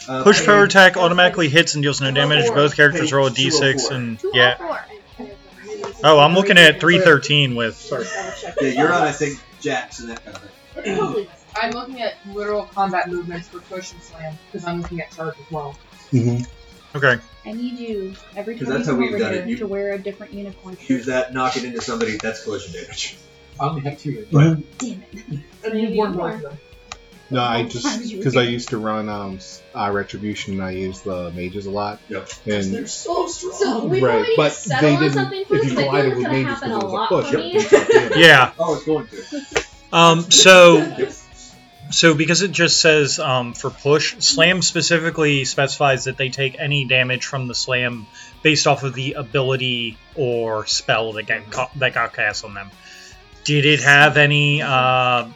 S4: Uh,
S1: Push
S4: okay,
S1: power attack automatically hits and deals no damage. Both characters roll a d6 and
S9: Two
S1: yeah.
S9: or four.
S1: Oh, I'm looking at 313 with.
S3: Sorry.
S4: Yeah, you're on, I think, Jax and uh, that kind of thing.
S9: Probably.
S5: I'm looking at literal combat movements for push and slam because I'm looking at charge as well.
S1: Okay.
S9: I need you every
S4: 'Cause
S9: time you
S4: that's how
S9: come
S4: we've
S9: over
S4: done
S9: here
S4: it. You-
S9: to wear a different unicorn
S4: Use
S9: shirt.
S4: that, knock it into somebody, that's collision damage.
S6: I only have two.
S9: Damn it!
S5: And you won one of them.
S3: No,
S9: *laughs*
S3: I
S9: How
S3: just
S9: did you
S3: because
S9: get
S3: I
S9: it?
S3: used to run um s- uh, retribution. and I used the mages a lot.
S4: Yep.
S3: And
S4: so strong.
S9: So we
S3: Right,
S9: already
S3: but
S9: settled
S3: they
S9: on
S3: didn't-
S9: something
S3: if
S9: first.
S3: you
S9: I feel like
S3: collided
S9: it's
S3: with
S9: gonna
S3: mages,
S9: happen
S3: it
S9: a
S3: was a
S9: lot
S3: push.
S9: for
S4: Yep. you
S9: me.
S4: took
S9: *laughs*
S4: damage.
S1: Yeah.
S4: *laughs* Oh, it's going to.
S1: Um. So. So because it just says um, for push, slam specifically specifies that they take any damage from the slam based off of the ability or spell that got ca- that got cast on them. Did it have any uh,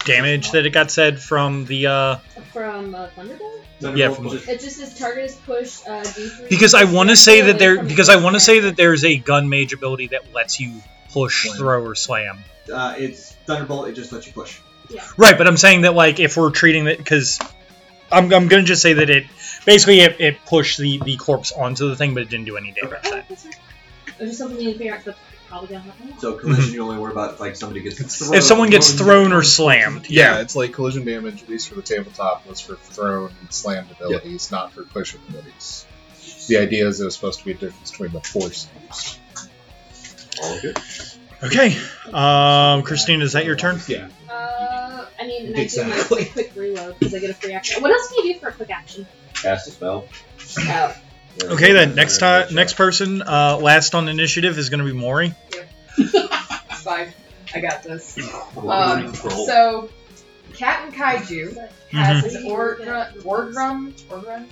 S1: damage that it got said from the? Uh,
S9: From uh, Thunderbolt.
S1: Yeah,
S4: Thunderbolt
S1: from-
S4: will just-
S9: It just says target is push uh, D3.
S1: because I want to say that there
S9: From-
S1: because I want to say that there's a gun mage ability that lets you push, throw, or slam.
S4: uh, it's Thunderbolt, it just lets you push.
S1: Right, but I'm saying that like if we're treating that because I'm, I'm gonna just say that it basically it, it pushed the the corpse onto the thing, but it didn't do any damage.
S9: Oh, that's fine. It was just something you figure out that's probably gonna happen.
S4: So collision, you only worry about if, like somebody gets thrown.
S1: Mm-hmm. If someone gets thrown or slammed,
S3: yeah,
S1: yeah,
S3: it's like collision damage. At least for the tabletop, was for thrown and slammed abilities, not for push abilities. The idea is there's supposed to be a difference between the force.
S4: All good.
S1: okay. Um, Christine, is that your turn?
S3: Yeah.
S9: Uh, I mean, and I do my
S3: Exactly.
S9: quick, quick reload because I get a free action. What else can you do for a quick action?
S4: Cast a spell.
S5: Oh,
S1: Okay, then next time, next person, uh, last on initiative is gonna be Maury.
S5: five. Oh, I got this.
S4: Orgrim
S5: Um,
S4: troll.
S5: so, Cat and Kaiju
S1: Mm-hmm.
S5: has an
S9: Mhm.
S5: Orgrim, Orgrim, Orgrim, Orgrim,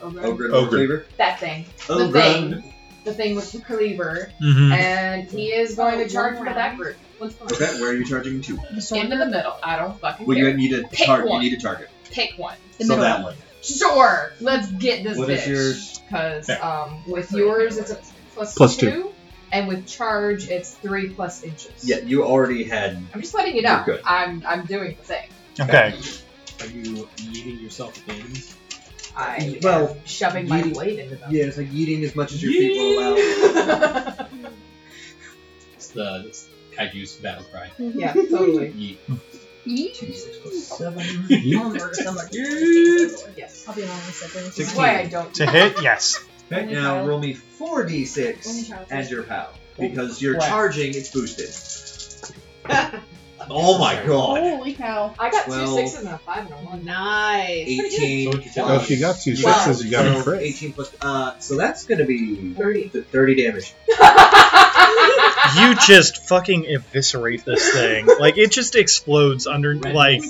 S5: Orgrim,
S3: Ogre.
S4: Ogre. Ogre.
S5: that thing, the
S4: Ogre.
S5: thing, the thing with the cleaver,
S1: Mm-hmm.
S5: and he is going to charge for that group
S9: Oh, What's going
S4: Okay, where are you charging to?
S5: into the middle. I don't fucking
S4: Well, you
S5: care.
S4: need a
S5: Pick
S4: target. You
S5: one.
S4: need a target.
S5: Pick one.
S7: The
S4: so
S7: middle
S4: that one.
S5: Sure, let's get this
S4: What is
S5: bitch.
S4: yours?
S5: Because
S4: There.
S5: um, with yours it's a plus,
S3: Plus
S5: two,
S3: two.
S5: and with charge it's three plus inches.
S4: Yeah, you already had.
S5: I'm just letting you know.
S4: You're good.
S5: I'm I'm doing the thing.
S1: Okay.
S6: Are you eating yourself things?
S5: I well,
S4: Well,
S5: am shoving my
S4: you-
S5: weight into them. *laughs*
S4: Yeah, it's like eating as much as your feet will allow.
S6: It's the it's Kaiju's battle cry.
S5: yeah, totally.
S6: Yeet. *laughs*
S8: *laughs*
S5: Yes.
S9: I'll be along with siblings.
S5: That's
S4: 16.
S5: why I don't.
S1: To hit, yes.
S4: Okay,
S9: Only
S4: now
S9: child.
S4: roll me
S9: Only
S4: 4d6
S9: child.
S4: as your pal. Because you're
S6: crap.
S4: charging, it's boosted.
S7: *laughs*
S4: oh my god.
S7: Holy cow.
S5: I got
S4: Well-
S5: two sixes and a five and a
S4: *laughs*
S5: one.
S1: *laughs*
S7: Nice.
S4: 18.
S6: So what you said- Oh,
S4: plus-
S6: she
S3: got two
S5: Wow.
S3: sixes, you got a
S4: so
S3: crit.
S4: 18 plus. Uh, so that's gonna be
S5: 30.
S4: 30 damage.
S1: You just fucking eviscerate this thing. Like it just explodes under like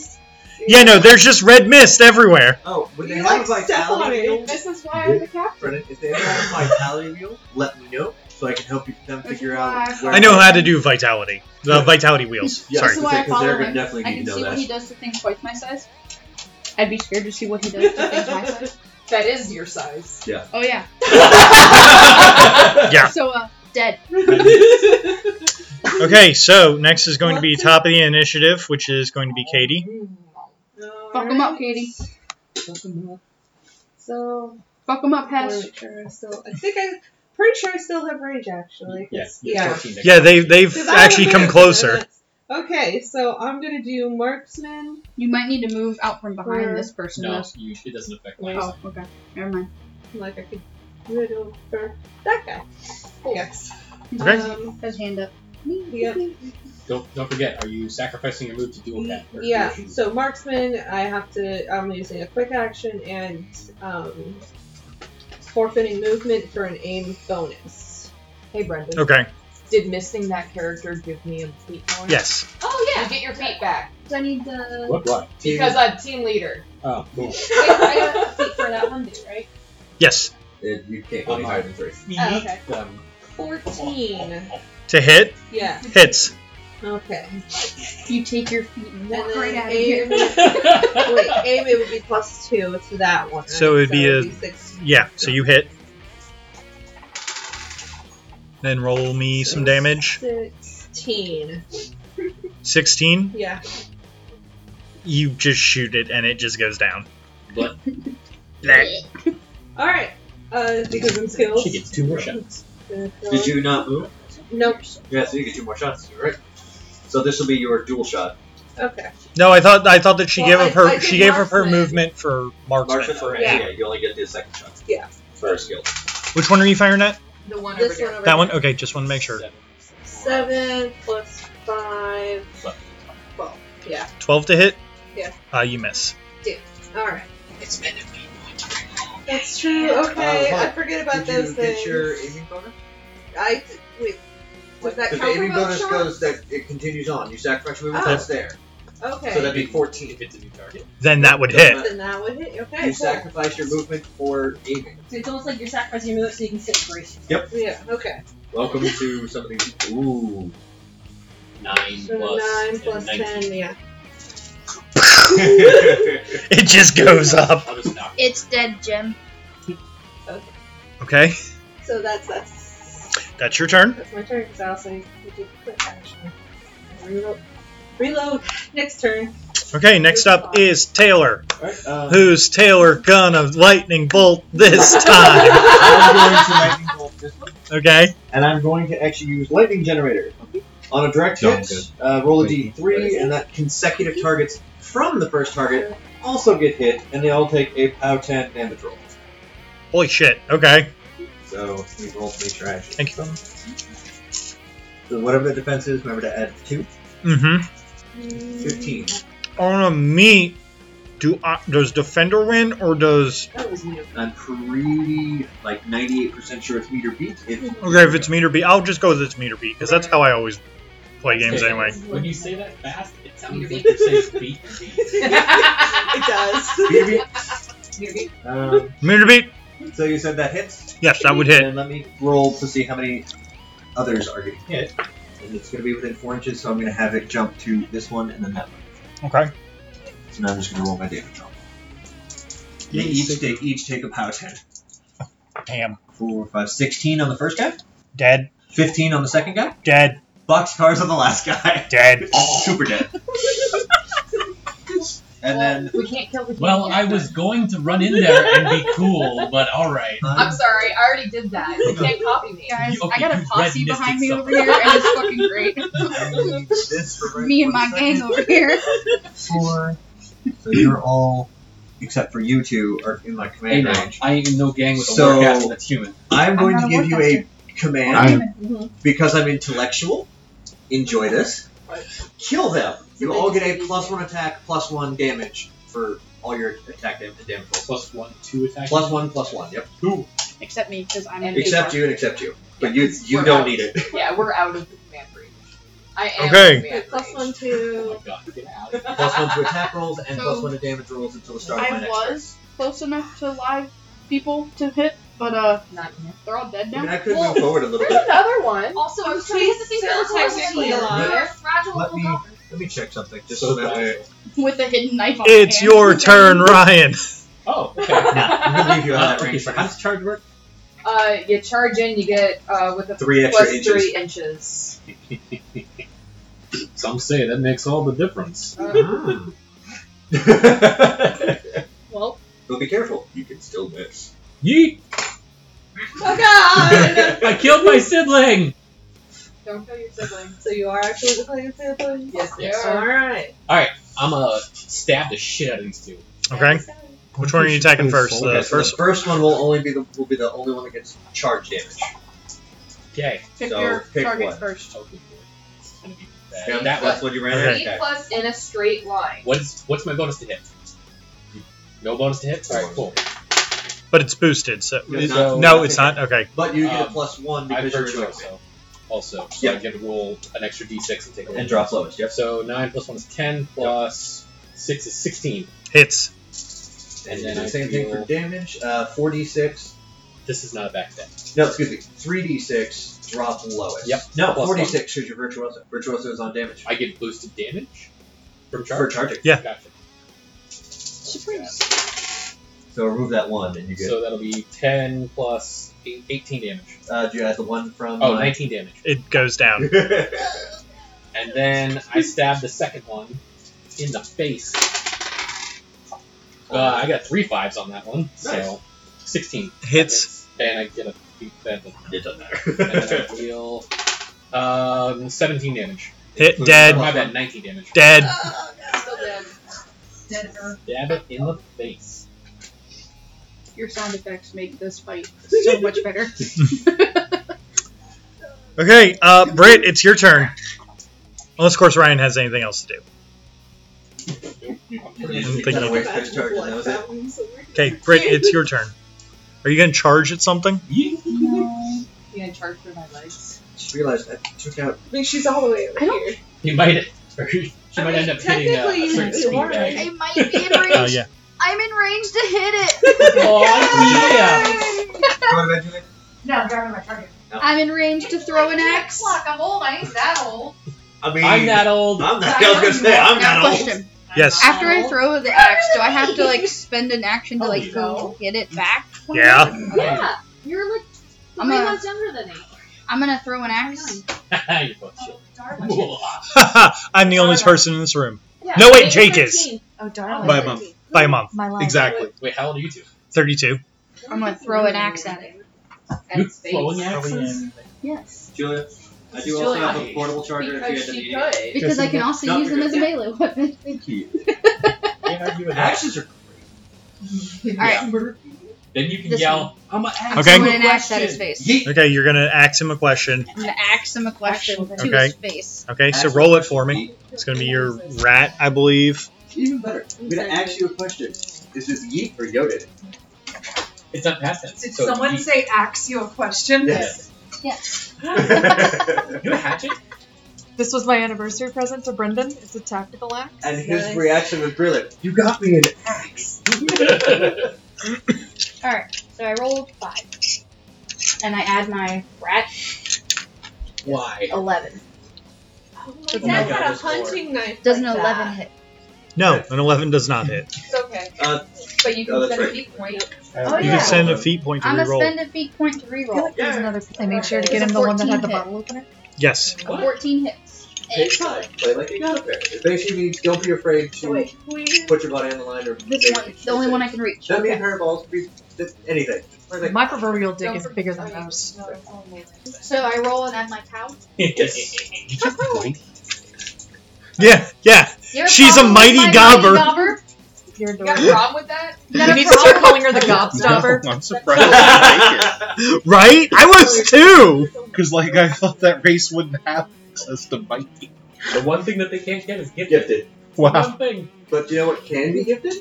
S1: Yeah, no, there's just red mist everywhere.
S4: Oh, would they
S7: You,
S4: have
S7: like, step on
S4: vitality
S7: it.
S4: wheel?
S5: this is why I'm the captain.
S4: Brennan, if they ever have a vitality wheel, let me know so I can help you them figure out. Where
S1: I know how to do vitality. The vitality wheels.
S4: Yeah,
S1: Sorry.
S7: This is why I
S4: because they're
S7: follow
S4: gonna
S7: him.
S4: definitely
S7: I
S4: need
S7: can
S4: to know
S7: see what
S4: that.
S7: he does to things twice my size. I'd be scared to see what he does to things my size.
S5: That is your size.
S7: Oh yeah.
S1: Yeah.
S7: So uh, dead.
S1: Okay, so next is going to be top of the initiative, which is going to be Katie.
S7: Fuck him up, Katie.
S8: So,
S7: Fuck him up,
S8: I'm
S7: Hash.
S8: sure I still. I think I. Pretty sure I still have rage actually.
S6: Yeah.
S5: Yeah.
S1: Yeah, they they've
S8: 'Cause I
S1: actually
S8: haven't
S1: come
S8: moved,
S1: closer.
S8: and it's- Okay, so I'm gonna do marksman.
S7: You might need to move out from behind
S8: Where?
S7: this person.
S6: No,
S7: though.
S6: you, it doesn't affect my
S7: Oh, okay. Never mind.
S8: Like I could rid of for that guy. Yes.
S1: Okay.
S8: Um,
S7: His hand up.
S8: yeah.
S6: Don't don't forget, are you sacrificing your move to do a cat? or
S8: Yeah,
S6: do a shoot?
S8: so marksman, I have to. I'm using a quick action and um, forfeiting movement for an aim bonus.
S5: Hey, Brendan.
S1: Okay.
S5: Did missing that character give me a feet bonus?
S1: Yes.
S5: Oh, yeah. Get your feet back.
S7: I need the.
S6: What? Why?
S5: Because I'm team leader.
S6: Oh, cool.
S7: Wait, I got
S5: *laughs*
S7: feet for that one, too, right?
S1: Yes.
S4: *laughs* It- you can't go any higher than three.
S8: Oh, okay.
S6: Um,
S8: 14.
S1: To hit
S8: Yeah.
S1: hits.
S8: Okay.
S7: You take your feet and walk
S8: And
S7: right
S8: then
S7: out of here.
S8: aim. *laughs* Wait, aim it would be plus two to that one.
S1: So
S8: right?
S1: it'd be a-
S8: six.
S1: Yeah. So you hit. Then roll me some damage.
S8: Sixteen.
S1: Sixteen.
S8: Yeah.
S1: You just shoot it and it just goes down.
S6: What?
S1: Blech.
S8: All right. Uh, because I'm skilled.
S6: she gets two more shots.
S4: Did you not move?
S8: Nope.
S4: Yeah, so you get two more shots, you're right. So this will be your dual shot.
S8: Okay.
S1: No, I thought I thought that she
S8: Well,
S1: gave
S8: I-
S1: up her
S8: I did
S1: she gave up her
S8: marksman.
S1: movement for marksman.
S4: Marksman for
S8: Yeah.
S4: yeah. you only get the second shot.
S8: Yeah.
S4: For a skill.
S1: Which one are you firing at?
S5: The one
S8: This
S5: over
S8: one over
S1: That
S8: here.
S1: one. Okay, just want to make sure.
S8: Seven plus five. Twelve. Yeah.
S1: Twelve to hit.
S8: Yeah.
S1: Uh, you miss.
S8: All right. It's true. Okay, I forget about
S4: Uh, Did you
S8: those
S4: get
S8: things.
S4: your aiming bonus?
S8: I wait. Does
S4: Because
S8: that
S4: the
S8: count for
S4: aiming
S8: both
S4: bonus
S8: shots?
S4: goes that it continues on. You sacrifice your movement,
S8: Oh.
S4: that's there.
S8: okay.
S4: So that'd be
S6: If
S4: 14.
S6: it's a new target.
S1: Then that would
S4: Doesn't
S1: hit.
S4: matter.
S8: then that would hit. Okay.
S4: You
S8: Cool.
S4: sacrifice your movement for aiming.
S9: So it's almost like you're sacrificing your move so you can sit free.
S8: Yeah. Okay.
S4: Welcome to something. Ooh.
S6: Nine
S8: So
S6: plus
S8: nine
S6: and
S8: plus
S6: 19.
S4: *laughs*
S8: ten. Yeah.
S1: It just goes up.
S6: I'll just knock.
S7: It's dead, Jim.
S1: Okay,
S8: So that's that's
S1: that's your turn.
S8: that's my turn because I also need to do quick action. Reload. Reload. Next turn.
S1: Okay, next up is Taylor.
S3: Alright,
S4: *laughs*
S3: uh,
S1: Who's Taylor gonna lightning bolt this *laughs* time?
S4: I'm going to lightning bolt this one.
S1: Okay.
S4: And I'm going to actually use lightning generator. On a direct
S3: No, I'm
S4: hit,
S3: good.
S4: uh, roll a
S3: Wait.
S4: d3, and that consecutive targets from the first target also get hit, and they all take a POW 10 damage roll.
S1: Holy shit. Okay.
S4: So let me roll to make sure I actually
S1: Thank you.
S4: So whatever the defense is, remember to add 2.
S1: Mm-hmm.
S4: 15.
S1: On a meet, do I, does defender win or does
S5: That was *laughs* new.
S4: I'm pretty, like, 98% sure it's meter beat. If, *laughs*
S1: okay if it's meter beat? I'll just go with it's meter beat because that's how I always play games anyway.
S6: When you say that fast, it sounds like you're saying
S4: *laughs*
S6: beat.
S8: *laughs* It
S5: *laughs*
S4: Beat
S8: does.
S5: Maybe.
S4: a beat. Um,
S1: Meter beat.
S4: so you said that hits?
S1: Yes, that would hit.
S4: And let me roll to see how many others are getting hit. And it's going to be within four inches, so I'm going to have it jump to this one and then that one.
S1: Okay.
S4: So now I'm just going to roll my damage roll. They each take each take a power ten.
S1: Damn.
S4: Four, five, 16 on the first guy,
S1: Dead.
S4: 15 on the second guy,
S1: Dead.
S4: boxcars on the last guy. *laughs*
S1: Dead.
S4: Super dead. *laughs* and then
S9: *laughs*
S5: we can't kill the.
S6: Well, I was going to run in there and be cool, but alright.
S9: I'm sorry, I already did that. You can't copy me.
S6: Guys,
S9: Guys,
S6: You- okay,
S9: I got a
S6: you've
S9: posse
S6: red-misted
S9: behind me over
S6: something.
S9: here, and
S6: *laughs*
S9: it's fucking great.
S4: this for
S9: me and my gang over here.
S4: Four. So you're all, except for you two, are in my
S6: Hey,
S4: command
S6: no,
S4: range.
S6: I ain't in no gang with a
S4: So-
S6: warcaster that's human.
S4: I'm going to
S9: not a
S4: give you a command
S3: I'm-
S8: Mhm.
S4: because I'm intellectual. Enjoy this. Kill them. You all get a plus one attack, plus one damage for all your attack dam- and damage rolls.
S6: Plus one, two attack.
S4: Plus one, plus one. Yep.
S9: Except me, because I'm in
S4: Except you and except you, but you you don't need
S5: *laughs*
S4: it.
S5: Yeah, we're out of the command range. I am.
S1: Okay.
S5: command
S8: Plus
S5: range.
S8: one
S6: Oh
S8: to.
S6: my god, get out.
S4: Plus one to attack rolls and plus
S9: So-
S4: one to damage rolls until the start of my
S9: I
S4: next turn.
S9: was close enough to live people to hit, but uh,
S5: Not in here.
S9: they're all dead
S4: I
S9: now.
S4: mean, I could
S9: Well,
S4: move forward a little
S8: There's
S4: bit.
S8: another one.
S9: Also, I was
S8: trying to think
S9: they're
S8: that was
S9: technically
S8: alive.
S9: They're fragile
S4: Let
S9: little
S4: me-
S9: goblins.
S4: Let me check something just so that *laughs* way.
S9: *laughs* With a hidden knife on
S1: It's
S9: their hand.
S1: your turn, Ryan.
S6: Oh, *laughs* okay.
S4: Nah, I'm gonna leave you out of that
S9: *laughs*
S6: Okay,
S4: range.
S6: so
S4: for
S6: how
S4: now.
S6: does charge work?
S5: Uh, you charge in, you get uh with a
S4: Three extra
S5: plus
S4: inches.
S5: three inches.
S6: Some say that makes all the difference.
S8: Uh-huh.
S5: Uh,
S4: Mm. *laughs*
S9: Well,
S4: but be careful. You can still miss.
S6: Yeet!
S8: Oh god!
S9: *laughs*
S6: I killed my sibling!
S5: don't kill your siblings.
S8: so you are actually the clan sibling?
S5: Yes, they
S6: Yes.
S5: are.
S8: Alright.
S6: I'm gonna stab the shit out of these two.
S1: Okay. Which one are you attacking first? The
S4: Okay, so
S1: first.
S4: the first one will only be the will be the only one that gets charge damage.
S6: Okay.
S9: pick
S4: So,
S9: your
S4: pick
S9: target
S4: one.
S9: first.
S6: Okay.
S4: Yeah,
S6: That
S4: that's
S6: was
S4: what you ran
S1: Okay.
S5: Eight
S4: at. Okay.
S5: plus in a straight line.
S6: what's what's my bonus to hit? No bonus to hit. All right, cool.
S1: But it's boosted, so.
S4: It's
S6: not-
S1: no, it's not? Okay.
S4: But you get a
S6: Um,
S4: plus one
S6: I have
S4: because you're
S6: virtue
S4: in
S6: also. Also, so I
S4: Yeah.
S6: get to roll an extra d6 and take a roll.
S4: and drop lowest. Yep.
S6: So nine plus one is ten, plus six is sixteen.
S1: Hits.
S4: And,
S6: And
S4: you
S6: then
S4: do the
S6: I
S4: same thing for
S6: deal-
S4: damage. Uh, four d six.
S6: This is not a backstab.
S4: No, excuse me. Three d six. Drop lowest.
S6: Yep.
S4: No,
S6: Plus
S4: four d
S6: one.
S4: six because you're virtuoso. Virtuoso is on damage
S6: I get boosted damage from
S4: for
S6: charge.
S4: charging.
S1: Yeah.
S6: Gotcha.
S4: So remove that one and you get.
S6: So that'll be ten plus eight, eighteen damage.
S4: uh, do you add the one from?
S6: Oh,
S4: uh,
S6: 19 damage.
S1: It goes down.
S6: And then I stab the second one in the face. Uh, I got three fives on that one, so
S4: Nice.
S6: 16.
S1: Hits.
S6: And I get a beat that. And
S4: It doesn't
S6: then
S3: *laughs*
S4: matter.
S6: I deal um, 17 damage.
S1: Hit. Eh, Dead.
S6: My bad, 19 damage.
S1: Dead.
S8: Oh,
S5: Still dead. Dead or
S6: Stab it in the face.
S9: Your sound effects make this fight
S6: *laughs*
S9: so much better.
S1: Okay, uh, Britt, it's your turn. Unless, of course, Ryan has anything else to do. think
S4: Gotta
S1: you-
S4: wait for his charge, and that was *laughs* it.
S1: Okay, Britt, it's your turn. Are you going to charge at something?
S5: no. You gonna charge through my legs?
S4: Just realized I took out.
S8: I mean, she's all the way over
S9: I don't-
S8: here.
S6: He might. She
S8: I
S6: might
S8: mean,
S6: end up hitting a,
S8: technically,
S6: a certain
S8: you
S6: speed
S8: are.
S5: *laughs*
S6: bag.
S7: I might be in range.
S1: Oh, yeah.
S7: I'm in range to
S9: *laughs*
S7: hit it.
S8: *laughs*
S5: *laughs*
S6: Oh, yeah!
S4: You want to mention it?
S9: No, I'm driving my target.
S7: I'm in range to throw an axe.
S9: Fuck, I'm old. I ain't that
S4: *laughs*
S9: old.
S4: I mean,
S6: I'm that
S4: *laughs*
S6: old. *laughs*
S4: I'm not. I was gonna say I'm
S7: Now
S4: not old.
S7: question.
S1: Yes.
S7: After I throw the axe, do I have to like spend an action to like go get it back?
S1: Yeah.
S9: Oh,
S1: *laughs*
S9: Yeah, you're like
S7: I'm
S9: three
S7: a-
S9: months younger than me.
S7: I'm gonna throw an axe.
S6: You're both shit. *laughs*
S1: I'm the only person in this room. No, wait, Jake is.
S9: Oh, darling.
S3: By a month.
S1: By a month.
S9: My life.
S3: Exactly.
S6: Wait, how old are you two?
S1: 32.
S9: I'm gonna throw an axe at it.
S5: At
S6: You
S5: its face.
S6: throwing axes?
S9: Yes.
S4: Julia, I do also
S5: Julia.
S4: have a portable charger if you
S5: Because
S4: had
S5: she
S4: any.
S5: could.
S9: Because I can
S4: No,
S9: also use them
S4: you're
S9: as a melee weapon.
S4: Thank
S9: *laughs*
S4: you.
S6: Yeah, you would have.
S4: Axes are.
S9: Alright.
S6: Then you can
S9: This
S6: yell, I'm an axe.
S1: Okay.
S9: Throw
S7: Throw
S9: an
S7: an axe at his
S6: question.
S7: face.
S4: Yeet.
S1: Okay, you're going to axe him a question.
S7: I'm gonna axe him a question to
S1: Okay.
S7: his face.
S1: Okay, so
S4: Axe
S1: roll
S4: you a
S1: it for me.
S4: question.
S1: It's going to be your rat, I believe.
S4: Yeet. Even better. I'm gonna ask you a question. Is this yeet or
S9: *laughs*
S4: yoded?
S6: It's not past tense.
S5: Did
S6: so
S5: someone
S6: you,
S5: say axe you a
S9: *laughs*
S5: question?
S6: Yes.
S9: Yes.
S6: you a hatchet? *laughs*
S10: This was my anniversary present to Brendan. It's a tactical axe.
S4: And his
S8: Nice.
S4: reaction was brilliant. You got me an *laughs* axe.
S9: Alright, so I rolled five. And I add my rat
S6: Why?
S9: eleven.
S8: That's
S6: my God,
S8: not a
S6: this board.
S8: hunting knife.
S9: Does an
S8: like
S9: eleven
S8: that.
S9: hit?
S1: No, an 11 does not hit.
S5: It's okay.
S4: Uh,
S5: But you can
S4: Oh, that's
S5: spend a
S4: right.
S5: feet point.
S9: Oh,
S1: You
S9: yeah.
S1: can send a feat point to
S9: I'm gonna
S1: reroll.
S9: spend a feet point to
S10: I feel
S9: reroll.
S10: like there was
S8: Yeah.
S10: another. I made sure to
S9: It's
S10: get him
S9: a
S10: the one that had the
S9: 14 hit.
S10: bottle opener.
S1: Yes.
S9: A
S6: What?
S9: Fourteen hits.
S6: Big time.
S4: Play like you got it. If they shoot me, don't be afraid to
S9: So Oh, wait, please.
S4: put your body on the line or
S9: This one, the only one I can reach.
S4: Send me a pair of balls. please. Just Anything. Or like- *laughs*
S5: *laughs*
S10: My proverbial dick
S5: Don't
S10: is
S5: forget-
S10: bigger than
S5: oh, yeah.
S10: most.
S5: No, it's all amazing.
S9: So I roll and add my power.
S6: Yes.
S8: *laughs*
S1: Yeah, yeah.
S9: You're
S1: She's a
S9: problem
S1: mighty
S9: with my
S1: gobber.
S9: Mighty gobber.
S10: You're
S5: You got
S10: adorable.
S5: a problem with that?
S9: Not
S10: You
S9: a
S10: need to start
S9: problem.
S10: calling her
S9: *laughs*
S10: the gobstopper.
S3: No, I'm surprised you didn't take
S1: Right? I was too!
S3: it. Because, like, I thought that race wouldn't have access to biking.
S6: The one thing that they can't get is gifted.
S4: Gifted.
S3: Wow.
S6: One thing.
S4: But you know what can be gifted?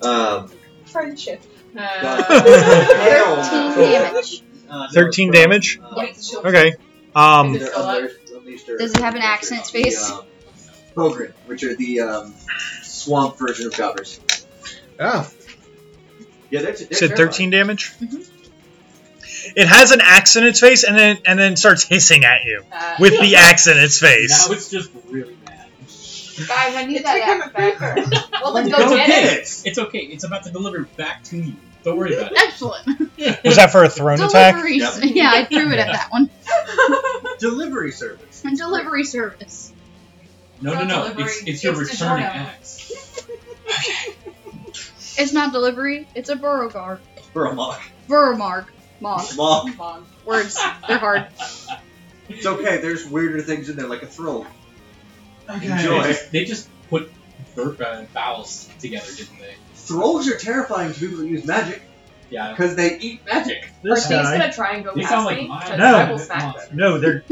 S4: Um,
S5: Friendship.
S1: *laughs*
S4: Uh,
S9: Thirteen damage.
S4: uh,
S1: 13
S4: from,
S1: damage?
S4: uh,
S5: Yeah, it's chill.
S1: Okay. Um,
S4: They're
S5: Fill up.
S4: unleashed- unleashed their-
S9: Does it have an axe in its face?
S4: The, um, Pogrin, which are the um, swamp version of gobbers.
S3: Oh,
S4: Yeah, they're, they're
S1: You said
S4: terrifying.
S1: 13 damage?
S9: Mhm.
S1: It has an axe in its face and then and then starts *laughs* hissing at you
S5: Uh,
S1: with the axe in its face.
S6: Now it's just really mad.
S5: guys, I need
S9: It's
S5: that axe back.
S9: Well, let's
S6: It's
S9: go get
S6: okay.
S9: it.
S6: It's okay. It's about to deliver back to you. Don't worry
S4: *laughs*
S6: about
S9: Excellent.
S6: it.
S1: Was that for a thrown attack?
S9: Delivery.
S4: Yep.
S9: Yeah, I threw it at that one.
S4: Delivery service.
S9: Delivery service.
S6: No, no, no. It's, it's your
S5: It's to
S6: return
S5: Jordan.
S6: axe.
S9: It's not delivery. It's a Burrogar.
S4: For a mock.
S9: Burromarg. Mog.
S4: Mock.
S5: Mom.
S9: Words. They're hard.
S4: It's okay, there's weirder things in there, like a throw.
S6: They
S4: Enjoy.
S6: just, they just put bur- uh, bowels together, didn't they?
S4: Throlls are terrifying to people that use magic
S6: Yeah.
S4: because they uh, eat magic.
S5: Are these gonna try and go
S6: They
S5: past
S6: sound like
S5: me?
S6: mine.
S5: 'Cause
S1: No.
S5: I will smack them.
S1: No, they're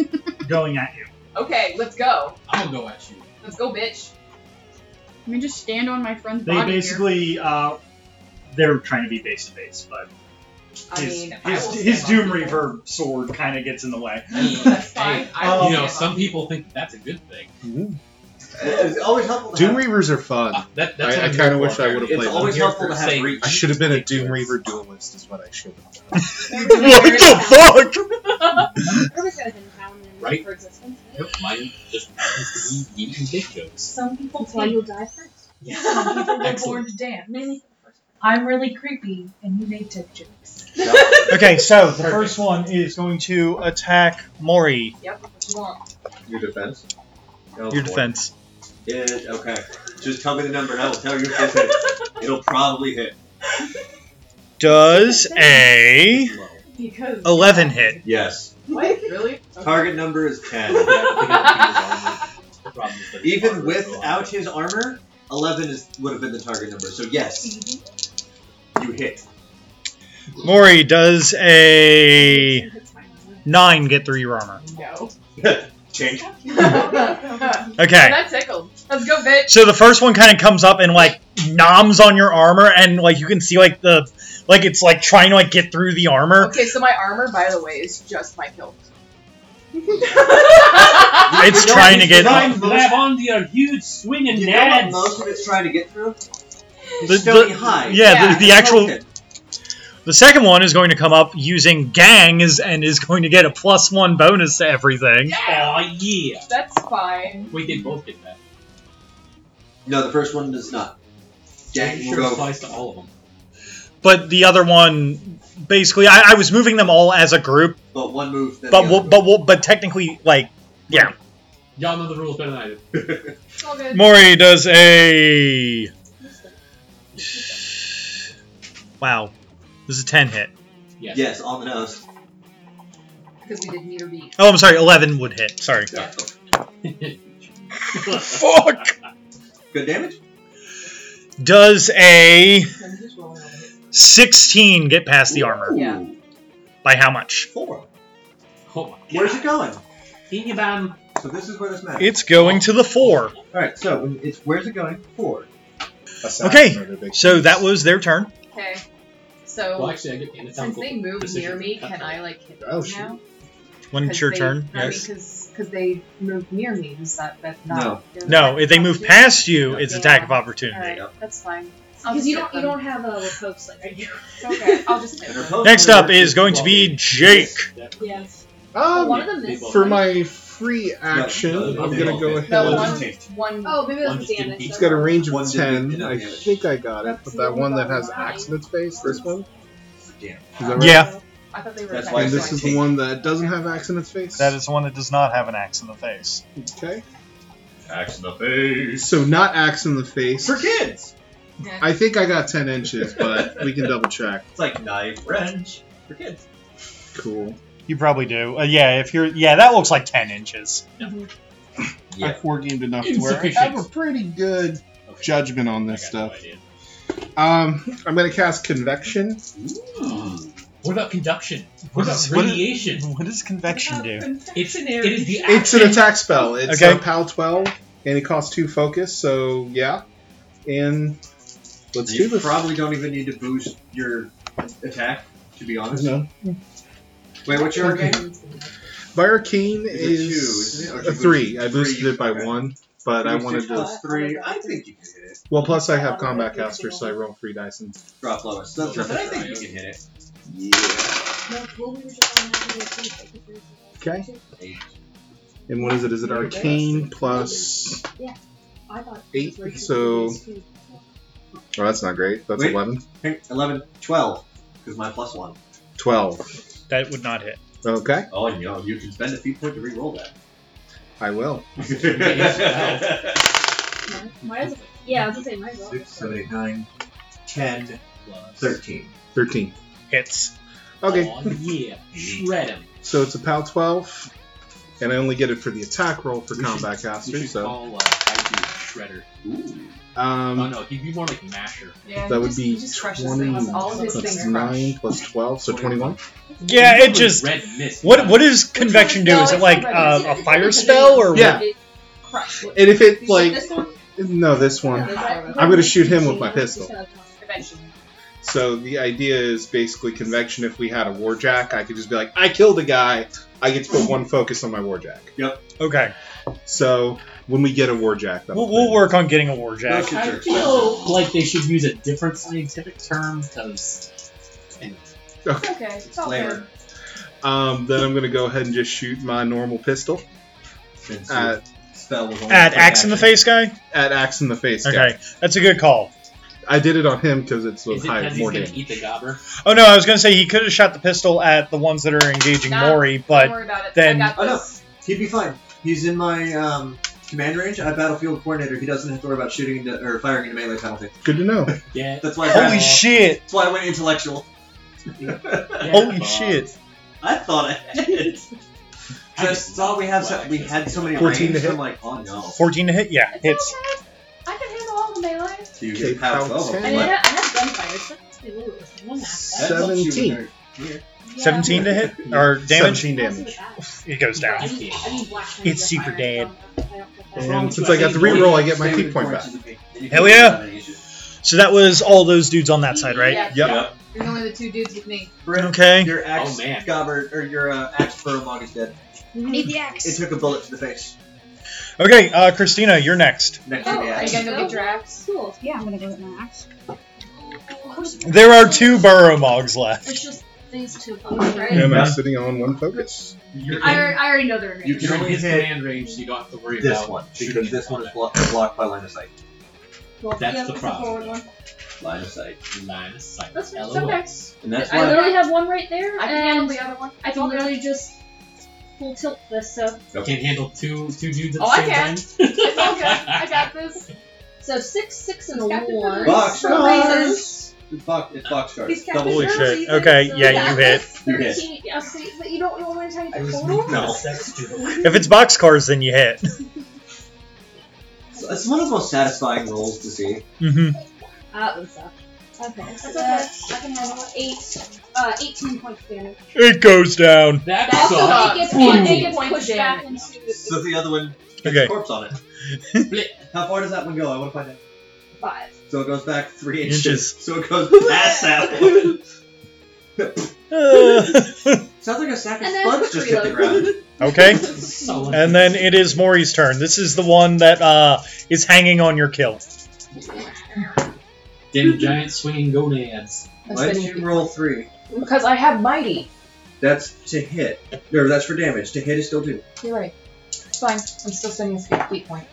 S1: going at you.
S5: Okay, let's go.
S6: I'm gonna go at you.
S5: Let's go, bitch.
S9: Let me just stand on my friend's body here.
S1: uh, they're trying to be base to base, but
S5: I mean, I will stand on people.
S1: Reverb sword kind of gets in the way.
S5: That's fine. I will
S6: you know,
S5: stand on
S6: some people think that that's a good thing.
S4: It's always helpful to
S3: Doom
S4: have,
S3: Reavers are fun.
S6: Uh, that, that's
S3: I, I
S6: what
S3: kind
S6: I'm
S3: of
S6: here
S3: wish
S6: for.
S3: I would have
S4: It's
S3: played. them.
S4: always
S6: here
S4: helpful
S6: for
S4: to have
S6: safe.
S4: reach.
S3: I should have been a Doom Reaver duelist, is what I should have done.
S1: *laughs* what the fuck?
S6: Right? Never mind. Just eating dick jokes.
S10: Some people
S7: That's why you'll die first.
S10: Some people were born
S6: Excellent.
S10: to dance. I'm really creepy, and you made tip jokes.
S1: Okay, so the first one is going to attack Mori.
S5: Yep, what you want.
S4: Your defense. Oh,
S1: Your
S4: boy.
S1: defense.
S4: It, okay. Just tell me the number and I will tell you if it hit. It'll probably hit.
S1: Does a
S5: Because
S1: 11 hit?
S4: Yes.
S5: What? Really?
S4: Target number is *laughs* 10.
S6: Yeah, the problem is that
S4: Even
S6: it's
S4: without
S6: hard to
S4: his armor, 11 is, would have been the target number. So, yes, you hit.
S1: Mori, does a 9 get through your armor?
S10: *laughs*
S5: No.
S4: Change.
S1: Okay.
S5: That's tickled. Let's go, bitch.
S1: So the first one kind of comes up and like noms on your armor, and like you can see like the like it's like trying to like get through the armor.
S5: Okay, so my armor, by the way, is just my
S10: *laughs*
S5: kilt.
S1: It's
S4: *laughs* You know
S1: trying to
S4: what he's
S1: get.
S4: trying-
S6: Grab grab onto your huge swinging
S4: You know what
S6: nads.
S4: most of it's trying to get through?
S1: The-
S4: It's still
S1: the-
S4: high.
S1: Yeah,
S5: Yeah,
S1: the, the actual
S4: Okay.
S1: the second one is going to come up using gang is and is going to get a plus one bonus to everything.
S6: Aw, yeah.
S5: That's fine.
S6: Wait, they both get that.
S4: No, the first one does not. Gang will
S6: Sure
S4: go.
S6: applies to all of them.
S1: But the other one, basically, I, I was moving them all as a group,
S4: But one move. Then
S1: but
S4: the
S1: we'll,
S4: other
S1: but we'll, but technically, like
S6: Y'all know the rules better than I do.
S5: It's all good.
S1: Mori does a wow, this is a ten hit.
S4: move.
S6: Yes.
S4: *laughs* Yes, on the nose.
S5: Because we did meter beat.
S1: Oh, I'm sorry, eleven would hit. Sorry.
S4: Yeah.
S1: Fuck.
S4: Good damage?
S1: Does a
S5: I'm just rolling on it.
S1: 16 get past the armor?
S5: Yeah.
S4: Ooh,
S1: By how much?
S4: Four.
S6: Oh my
S4: Where's it going?
S6: In your bum.
S4: So, this is where this matters.
S1: It's going to the 4.
S4: Alright, so when it's where's it going? Four.
S1: Okay, So that was their turn.
S5: Okay. So,
S6: Well, actually, I get anatomical
S5: since they moved
S6: precision.
S5: near me, can I, like, hit them
S3: Oh, shoot.
S5: now?
S1: When it's your turn,
S5: yes.
S1: yes.
S5: Because could they move near me? Is that, that not?
S1: No, if they move past you, it's attack of
S5: All
S1: opportunity.
S5: right, that's fine. I'll
S7: Because
S5: just
S7: you
S5: hit
S7: don't you
S5: them.
S7: don't have a repose like I do.
S5: It's okay.
S3: *laughs*
S5: I'll just hit
S4: And
S5: them.
S4: her post
S1: Next
S4: only
S1: up
S4: works
S1: is
S4: if
S1: going
S4: you
S1: to
S4: walk
S1: be
S4: in.
S1: Jake.
S7: Yes.
S3: Um,
S7: one of them is.
S3: for my free action,
S4: no, no,
S3: I'm
S4: no,
S3: gonna
S4: no.
S3: go
S4: No,
S3: ahead.
S5: No,
S4: One
S5: one,
S4: just
S5: one.
S7: Oh, maybe
S6: One
S7: that's
S6: just didn't
S7: damage.
S6: beat
S3: It's got a range of
S4: One did good
S3: ten.
S4: enough
S3: I
S4: damage.
S3: think I got it, but that one that has
S5: Nine.
S3: axe in its face, this one,
S4: Damn.
S3: is that right?
S1: Yeah,
S5: I thought they were.
S4: That's
S5: attacked.
S4: why
S3: And this is the one that doesn't have axe in its face.
S1: that is the one that does not have an axe in the face.
S3: okay.
S11: Axe in the face.
S3: So not axe in the face.
S4: For kids!
S3: I think I got ten inches, but we can double check.
S4: It's like knife, wrench, for kids.
S3: Cool.
S1: You probably do. Uh, yeah, if you're yeah, that looks like ten inches.
S3: I foregamed enough to where I have a pretty good judgment on this
S6: I got
S3: stuff.
S6: no idea.
S3: Um, I'm gonna cast convection. Hmm.
S6: What about conduction?
S1: What
S6: What
S1: is-
S6: about
S1: what is-
S6: radiation?
S1: What does convection do?
S6: It's, it is the action.
S3: It's an attack spell. It's
S1: Okay.
S3: a PAL 12, and it costs two focus. So yeah, and let's do
S4: you
S3: this.
S4: probably don't even need to boost your attack, to be honest.
S3: No.
S4: Wait, what's your game?
S3: Barricane
S4: Is it
S3: is,
S4: two, isn't it? Or
S3: a
S4: you
S3: three.
S4: boosted
S3: I boosted
S4: three,
S3: it by
S4: okay.
S3: one, but I wanted to.
S4: Plus three. I think you can hit it.
S3: Well, plus I have combat caster, so I roll three dice. And
S4: Drop lowest. That's
S6: Drop
S4: but I
S6: it.
S4: think you can hit it.
S3: okay.
S4: Eight.
S3: And what is it? Is it arcane plus eight? So. Oh, that's not great. That's
S4: Wait.
S3: 11.
S4: Hey, 11, 12, because my plus one.
S3: 12.
S1: *laughs* That would not hit.
S3: Okay,
S4: Oh, you know, you can spend a feat point to re-roll that.
S3: I will.
S7: Why is it? Yeah, I was gonna say mine's off.
S4: Six, *laughs* seven, eight, nine, 10, 13.
S3: 13.
S1: Hits.
S3: Okay,
S6: Aw, yeah. Shred him.
S3: so it's a PAL 12, and I only get it for the attack roll for combat caster,
S6: We should
S3: so.
S6: call uh, Kaiju Shredder. oh
S3: Um,
S6: no, he'd be more like Masher.
S5: Yeah,
S3: that
S5: he
S3: would
S5: just-
S3: be
S5: he just crushes things. All of his
S3: plus
S5: things
S3: 9
S5: crush.
S3: plus 12, so 21.
S1: Yeah,
S6: He'd
S1: it
S6: be
S1: just.
S6: Red mist.
S1: What what does convection do? Is it like uh, a fire spell or
S3: Yeah.
S5: Crush.
S3: And if it, like.
S5: this one?
S3: No, this one.
S5: Yeah,
S3: I'm going to shoot him with my pistol.
S5: Eventually.
S3: So the idea is basically convection. If we had a warjack, I could just be like, I killed a guy. I get to put one focus on my warjack.
S1: okay?
S3: So when we get a warjack, that'll
S1: We'll, we'll
S3: be-
S1: work on getting a warjack.
S6: I feel like they should use a different scientific term because
S5: It's okay. It's all
S4: Flavor.
S5: good.
S3: Um, then I'm gonna go ahead and just shoot my normal pistol
S4: Since your
S3: at,
S4: spell was only
S1: At
S4: quick
S1: Uh, axe in the
S4: action.
S1: face guy.
S3: at axe in the face. guy.
S1: Okay, that's a good call.
S3: I did it on him because it's
S6: is
S3: with
S6: it
S3: high
S6: because he's
S3: more
S6: gonna
S3: damage.
S6: eat the gobbler?
S1: Oh no, I was gonna say he could have shot the pistol at the ones that are engaging
S5: Nah,
S1: Mori,
S5: Don't
S1: but
S5: worry about it.
S1: then-
S5: I got
S4: Oh, no.
S5: this.
S4: He'd be fine. He's in my um, command range. I'm battlefield coordinator. He doesn't have to worry about shooting into, or firing into melee penalty.
S3: Good to know.
S6: Yeah.
S4: *laughs* That's why. I
S1: holy
S4: went-
S1: shit!
S4: that's why I went *laughs* intellectual.
S6: yeah,
S1: Holy
S6: Bob.
S1: shit!
S4: I thought I had. Just thought we have so, we had so many
S3: 14 to
S4: range.
S3: hit.
S4: I'm like, oh no.
S1: Fourteen to hit. Yeah,
S7: It's
S1: hits.
S7: okay. I can handle all the melee.
S4: So you
S3: Okay,
S4: get power
S3: power
S4: twelve.
S3: ten.
S7: I mean, I have, I have gunfire. So that's pretty low. It's one max.
S4: That helps you
S3: 17.
S4: with your- your-
S7: Yeah.
S1: Seventeen to hit or damage.
S3: Seventeen
S7: I'll see
S3: damage.
S7: with that.
S1: It goes
S7: I
S1: down.
S7: need- I need black ones
S1: It's
S7: to
S1: super
S7: fire
S1: dead.
S7: from. I don't get that.
S3: And since I got the reroll, I get my feet point back.
S1: Hell yeah. So that was all those dudes on that side, right?
S5: Yeah.
S3: Yep.
S5: There's only the two dudes with me.
S4: Brent,
S1: Okay.
S4: Your axe
S6: Oh, man.
S4: gobbler or your uh, axe burlmog is dead.
S7: I need the
S4: It
S7: axe.
S4: took a bullet to the face.
S1: Okay, uh, Christina, you're next.
S4: Next
S7: Oh,
S4: to the
S5: Are you
S4: axe.
S5: gonna go get your axe?
S7: Cool.
S10: Yeah, I'm gonna go with my axe.
S1: There are two burrow mogs left.
S7: It's just these two phones, right?
S3: Am I sitting on one focus?
S6: You're
S7: I,
S6: in,
S7: already- I already know they're
S4: You
S7: good.
S4: can
S6: you're in
S4: only
S6: his
S4: hit
S6: command range, so you don't have to worry
S4: This
S6: about
S4: one,
S6: shooting
S4: because
S6: him.
S4: this one is blocked, blocked by line of sight.
S7: Well,
S6: That's
S7: yeah,
S6: the
S7: it's
S6: problem.
S7: A forward one.
S4: Line of sight.
S6: Line of sight.
S7: That's
S6: LOL.
S7: it's
S4: And
S7: okay.
S4: that's
S7: I
S4: why.
S7: literally have one right there,
S5: I can handle
S7: and
S5: the other one.
S7: I can literally just full tilt this. So, *laughs*
S6: Can't handle two two dudes at
S5: Oh,
S6: the
S5: I
S6: same *laughs* time.
S5: can. It's all good. I got this.
S7: so six, six, and a
S5: He's got the
S7: one.
S5: numbers.
S4: Box
S5: For
S4: stars! It's box, it's box stars.
S7: He's got
S4: Double
S7: the
S1: Holy
S4: shot.
S7: numbers,
S1: shit.
S7: he's
S1: Okay,
S7: got-
S1: yeah,
S7: so
S1: you
S7: that's
S4: hit. You hit.
S7: 13. Yeah, see, but you don't you don't want to tell me
S4: I
S7: the
S4: was-
S6: *laughs*
S7: total.
S4: no.
S6: Sex dude.
S1: If it's boxcars, then you *laughs* hit.
S4: So It's one of the most satisfying rolls to see.
S1: hmm
S7: That would suck. Okay, that's okay.
S5: That's-
S7: I can handle it. Eight, uh, eighteen points damage.
S1: It goes down. *laughs*
S6: That
S7: Also,
S6: sucks.
S7: it gets,
S6: Boom.
S7: it gets
S5: Points
S7: pushed back
S5: damage.
S7: into
S4: So the other one gets
S1: Okay.
S4: a corpse on
S6: Blit.
S1: *laughs*
S4: it. How far does that one go? I want to find out.
S7: five.
S4: So it goes back three
S1: Inches.
S7: *laughs*
S4: inches. So it goes past that one.
S1: Uh,
S4: Sounds like a sack of
S2: And then
S4: spuds just hit the ground.
S7: *laughs*
S1: Okay.
S6: So
S1: And then it is Maury's turn. This is the one that uh, is hanging on your kill. *laughs*
S6: *laughs* Damn giant swinging gonads.
S4: Why did you roll three?
S5: Because I have mighty.
S4: That's to hit. No, that's for damage. To hit is still two.
S5: You're right. It's fine. I'm still sending this feet point.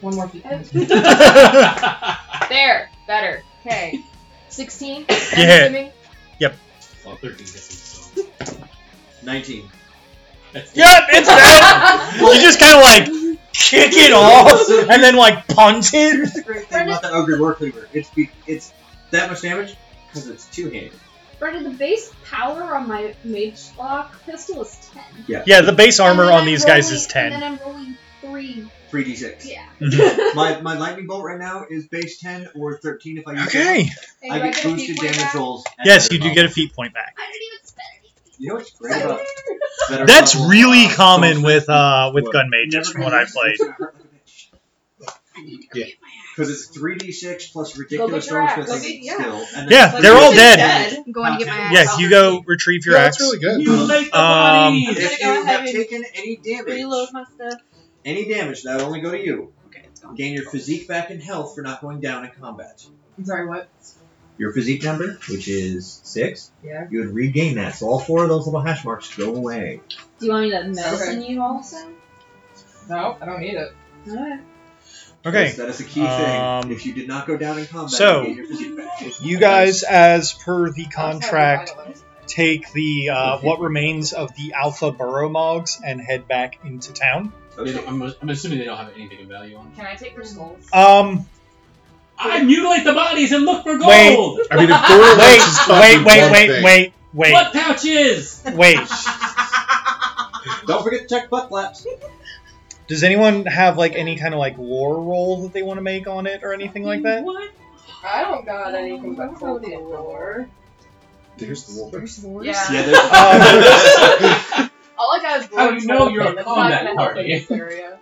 S5: One more feet point.
S2: *laughs*
S5: There. Better. Okay. 16. I'm
S1: hit. *laughs*
S5: assuming.
S6: Well, 13 guessing, so.
S1: *laughs*
S4: Nineteen.
S6: That's
S1: Yep, it's dead. you just kind of like kick it off and then like punch it.
S4: Here's the great thing about the ogre war cleaver. It's be- it's that much damage because it's two handed.
S2: Brendan, the base power on my mage lock pistol is 10.
S1: Yeah, the base
S2: And
S1: armor
S2: then
S1: on
S2: I'm
S1: these guys
S2: rolling-
S1: is ten.
S2: And then I'm rolling 3.
S4: Three d six.
S2: Yeah.
S1: Mm-hmm.
S2: *laughs*
S4: My my lightning bolt right now is base ten or thirteen if I use it.
S1: Okay.
S2: Hey,
S4: I
S2: do I
S4: get
S2: a
S4: boosted
S2: feet point
S4: damage
S2: back?
S4: rolls. at
S1: Yes,
S4: third
S1: you do
S4: level.
S1: get a feet point back.
S2: I didn't even spend anything.
S4: You know what's great
S5: *laughs*
S4: about better
S1: That's
S4: level-
S1: really common with uh with
S3: What?
S1: gun mages from what I *laughs* played.
S2: I need to
S3: Yeah.
S2: read my ass.
S4: Because it's three d six plus
S5: Go
S4: ridiculous
S5: get your
S4: strong
S5: axe.
S4: skill.
S5: Go get-
S4: and then-
S1: Yeah, they're all
S8: Everything's
S1: dead.
S2: I'm going to get my ass.
S1: Yes, you go retrieve your
S3: yeah,
S1: axe.
S3: that's really good.
S8: You late the
S1: Um,
S8: bodies!
S4: If you have taken any damage,
S8: reload my stuff.
S4: any damage that'll only go to you.
S2: Okay, it's gone.
S4: Gain your physique back and health for not going down in combat.
S5: I'm sorry, what?
S4: Your physique number, which is six,
S5: Yeah.
S4: you would regain that. So all four of those little hash marks go away.
S2: Do you want me to medicine you also?
S5: No, I don't need it.
S2: Alright.
S1: Okay.
S4: Yes, that is a key
S1: Um,
S4: thing. If you did not go down in combat,
S1: so,
S4: you gain your physique back.
S1: You guys, as per the
S5: I'll tell you
S1: contract,
S5: what I was.
S1: take the uh, what remains of the Alpha Burrow Mogs and head back into town.
S6: They
S4: *laughs* Okay.
S6: don't- I'm, I'm assuming they don't have anything of value on.
S5: Can I take your skulls?
S1: Um,
S6: I mutilate the bodies and look for gold.
S1: Wait.
S3: I mean, *laughs* if Dora
S1: wait,
S3: is
S1: wait,
S3: fucking
S1: wait,
S3: one
S1: wait,
S3: thing-
S1: wait, wait,
S6: Blood pouches.
S1: wait.
S4: Don't forget to check butt flaps.
S1: Does anyone have like any kind of like lore roll that they want to make on it or anything like that?
S8: What?
S5: I don't got anything but gold lore.
S3: There's the wolf.
S5: Yeah.
S4: Yeah, there's
S1: *laughs*
S5: All I got is
S6: How
S5: blood.
S6: do you know you're a
S5: That's
S6: combat
S5: not gonna help
S6: party?
S5: in this area.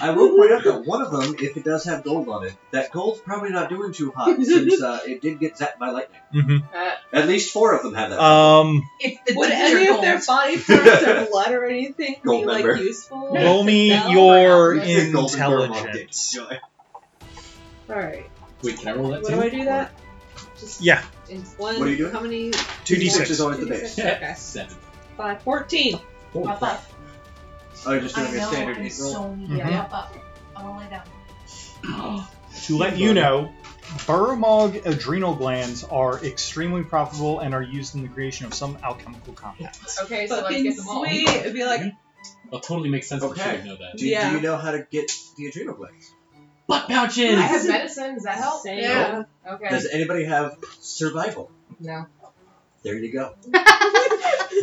S4: I will point out that one of them, if it does have gold on it, that gold's probably not doing too hot since uh, it did get zapped by lightning.
S1: Mm-hmm.
S5: Uh,
S4: At least four of them had that.
S1: Um,
S10: It's the
S8: Would
S10: ginger
S8: any of
S10: gold.
S8: their body parts or blood or anything be
S4: Gold
S8: like
S4: member.
S8: useful?
S1: roll me
S8: No?
S1: your
S4: You get golden burrow mog
S1: intelligence.
S4: dick.
S8: Alright.
S6: Wait, can I roll that
S8: What do I
S6: too?
S8: do that? Just
S1: Yeah.
S8: in one,
S4: What are you doing?
S8: How many?
S1: Two d
S4: Which
S1: six.
S4: is always the base.
S8: Okay.
S6: Seven.
S8: Five. Fourteen.
S6: *gasps*
S10: Up, up.
S4: Oh, you're just doing
S10: I
S4: a
S10: know,
S4: standard
S10: I'm
S4: eight roll.
S10: so
S5: Mm-hmm.
S10: needy. I Up, up. I'll lay down.
S1: To let you know, Buromog adrenal glands are extremely profitable and are used in the creation of some alchemical compounds.
S5: okay, so let's
S8: Fucking
S5: get them all.
S8: sweet. It'd be like
S6: Well, totally makes sense. Okay.
S4: Okay.
S6: should know that.
S4: Do,
S8: Yeah.
S4: do you know how to get the adrenal glands?
S6: Butt
S5: I
S6: pouches.
S5: have medicine. Does that help?
S8: Same.
S4: Yeah.
S5: Okay.
S4: Does anybody have survival?
S5: No.
S4: There you go.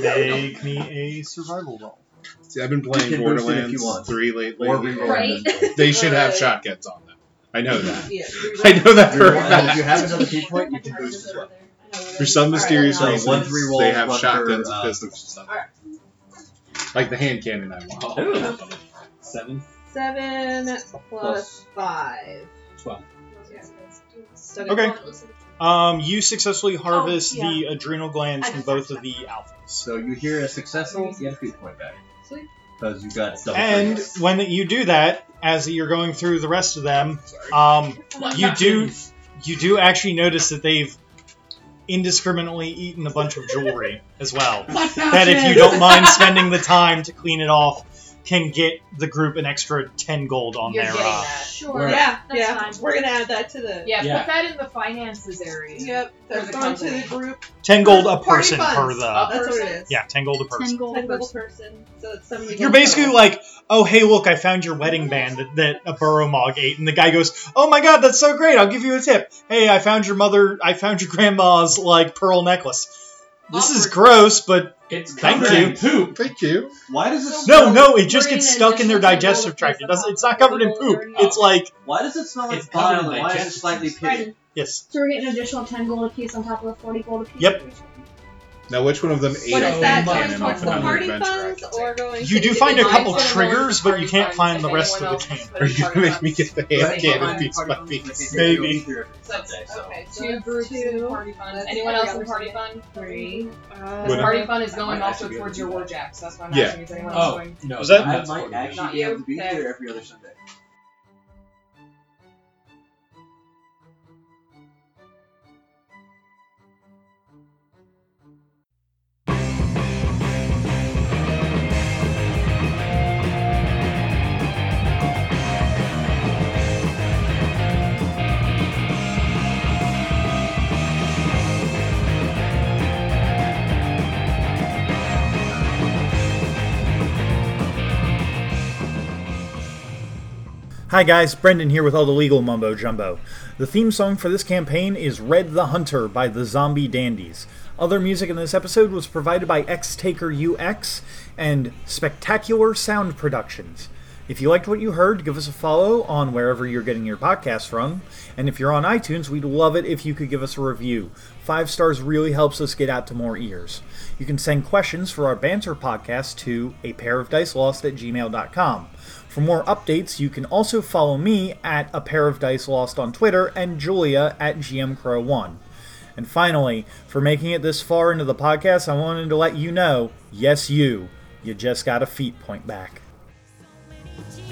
S1: Make me a survival roll.
S3: See, I've been
S4: You
S3: playing
S4: can boost it if you
S3: Borderlands
S4: want.
S3: 3 lately.
S4: Or reroll.
S2: Right.
S3: *laughs*
S4: it.
S3: They should have shotguns on them. I know that.
S8: yeah.
S3: I know that for a
S4: Reroll. And if
S3: fact.
S4: you have another key point,
S8: *laughs*
S4: you can boost as well.
S3: For some mysterious
S4: All right,
S3: reason,
S4: one reroll,
S3: they have
S4: one for,
S3: shotguns
S4: uh,
S3: and pistols.
S8: all right.
S3: Like the hand cannon I want.
S6: Oh. Seven.
S8: Seven plus five.
S6: Twelve.
S8: So
S1: Okay. Um, you successfully harvest
S8: Oh,
S1: the adrenal glands
S8: I
S1: from
S8: just
S1: both
S8: have
S1: of the alphas.
S4: So you hear a successful, you get a key point back.
S8: Sweet.
S4: Because you got double.
S1: And when you do that, as you're going through the rest of them, um, You do- you do actually notice that they've indiscriminately eaten a bunch of jewelry as well.
S6: Butt pouches.
S1: That if you don't
S8: *laughs*
S1: mind spending the time to clean it off, can get the group an extra ten gold on
S5: You're
S1: their.
S5: getting
S1: Uh,
S5: that.
S2: Sure.
S8: yeah,
S2: That's
S8: yeah.
S2: fine.
S8: We're gonna add that to the.
S5: Yeah,
S6: Yeah.
S5: put that in the finances area.
S8: Yep.
S5: For
S8: That's
S5: the
S8: going to
S5: company.
S8: the group.
S1: ten gold a
S8: Party
S1: person
S8: funds.
S1: per the.
S5: Up.
S8: That's what it is.
S1: Yeah, ten gold a person.
S2: 10 gold
S8: Ten
S2: per
S8: gold
S2: person.
S8: person. So it's somebody.
S1: You're basically like, oh hey, look, I found your wedding band that, that a burrow mog ate, and the guy goes, oh my god, that's so great! I'll give you a tip. Hey, I found your mother, I found your grandma's like pearl necklace. This is gross, but
S6: It's
S1: Thank
S6: covered
S1: you.
S6: in
S3: *laughs*
S6: poop.
S3: Thank you.
S4: Why does it
S5: So-
S4: smell?
S1: no, no, it just
S5: We're
S1: gets
S5: in
S1: stuck in their
S5: additional gold
S1: digestive
S5: because
S1: tract. It
S5: of
S1: doesn't.
S5: how
S1: It's not covered in
S5: little
S1: poop.
S5: dirty-
S1: It's like
S4: Why does it smell
S6: It's
S4: like
S6: covered
S4: bile?
S6: in
S4: and Why is it
S6: digestive
S4: slightly
S6: enzymes.
S4: pitted?
S1: yes,
S2: So we're getting an additional 10 gold apiece on top of the 40 gold apiece?
S1: Yep.
S3: Now, which one of them ate
S9: What
S3: off
S9: is
S3: cannon
S9: that? Going
S3: off
S9: towards the
S3: another
S9: party
S3: adventure
S9: funds
S3: I can
S9: or going?
S2: You
S9: to
S2: do find a
S9: individual
S2: couple
S9: funds?
S2: triggers, but you can't find the rest of the cannon.
S3: take? Are
S1: *laughs*
S3: you gonna make me get the hand cannon piece by piece?
S2: Maybe.
S8: So, okay, so
S5: Two groups in the party fund.
S8: that's-
S5: Anyone else in the party
S8: that's-
S5: fund?
S9: Three.
S8: uh,
S5: The
S3: Would I-
S5: party fund is going
S4: Might
S5: also
S4: actually be able
S5: towards your
S4: to
S5: war jacks. That's why I'm
S3: Yeah.
S5: asking if anyone else
S12: Oh
S5: going.
S12: no,
S2: Was that-
S4: I
S12: that's
S4: might
S12: what-
S4: actually be
S5: Not
S4: able
S5: you.
S4: to be
S5: Okay.
S4: here every other Sunday.
S1: Hi guys, Brendan here with all the legal mumbo jumbo. The theme song for this campaign is Red the Hunter by the Zombie Dandies. Other music in this episode was provided by X Taker UX and Spectacular Sound Productions. If you liked what you heard, give us a follow on wherever you're getting your podcast from. And if you're on iTunes, we'd love it if you could give us a review. Five stars really helps us get out to more ears. You can send questions for our banter podcast to a pair of dice lost at gmail.com. For more updates, you can also follow me at a pair of dice lost on Twitter and Julia at GMCrow1. And finally, for making it this far into the podcast, I wanted to let you know yes, you, you just got a feet point back.
S13: Tears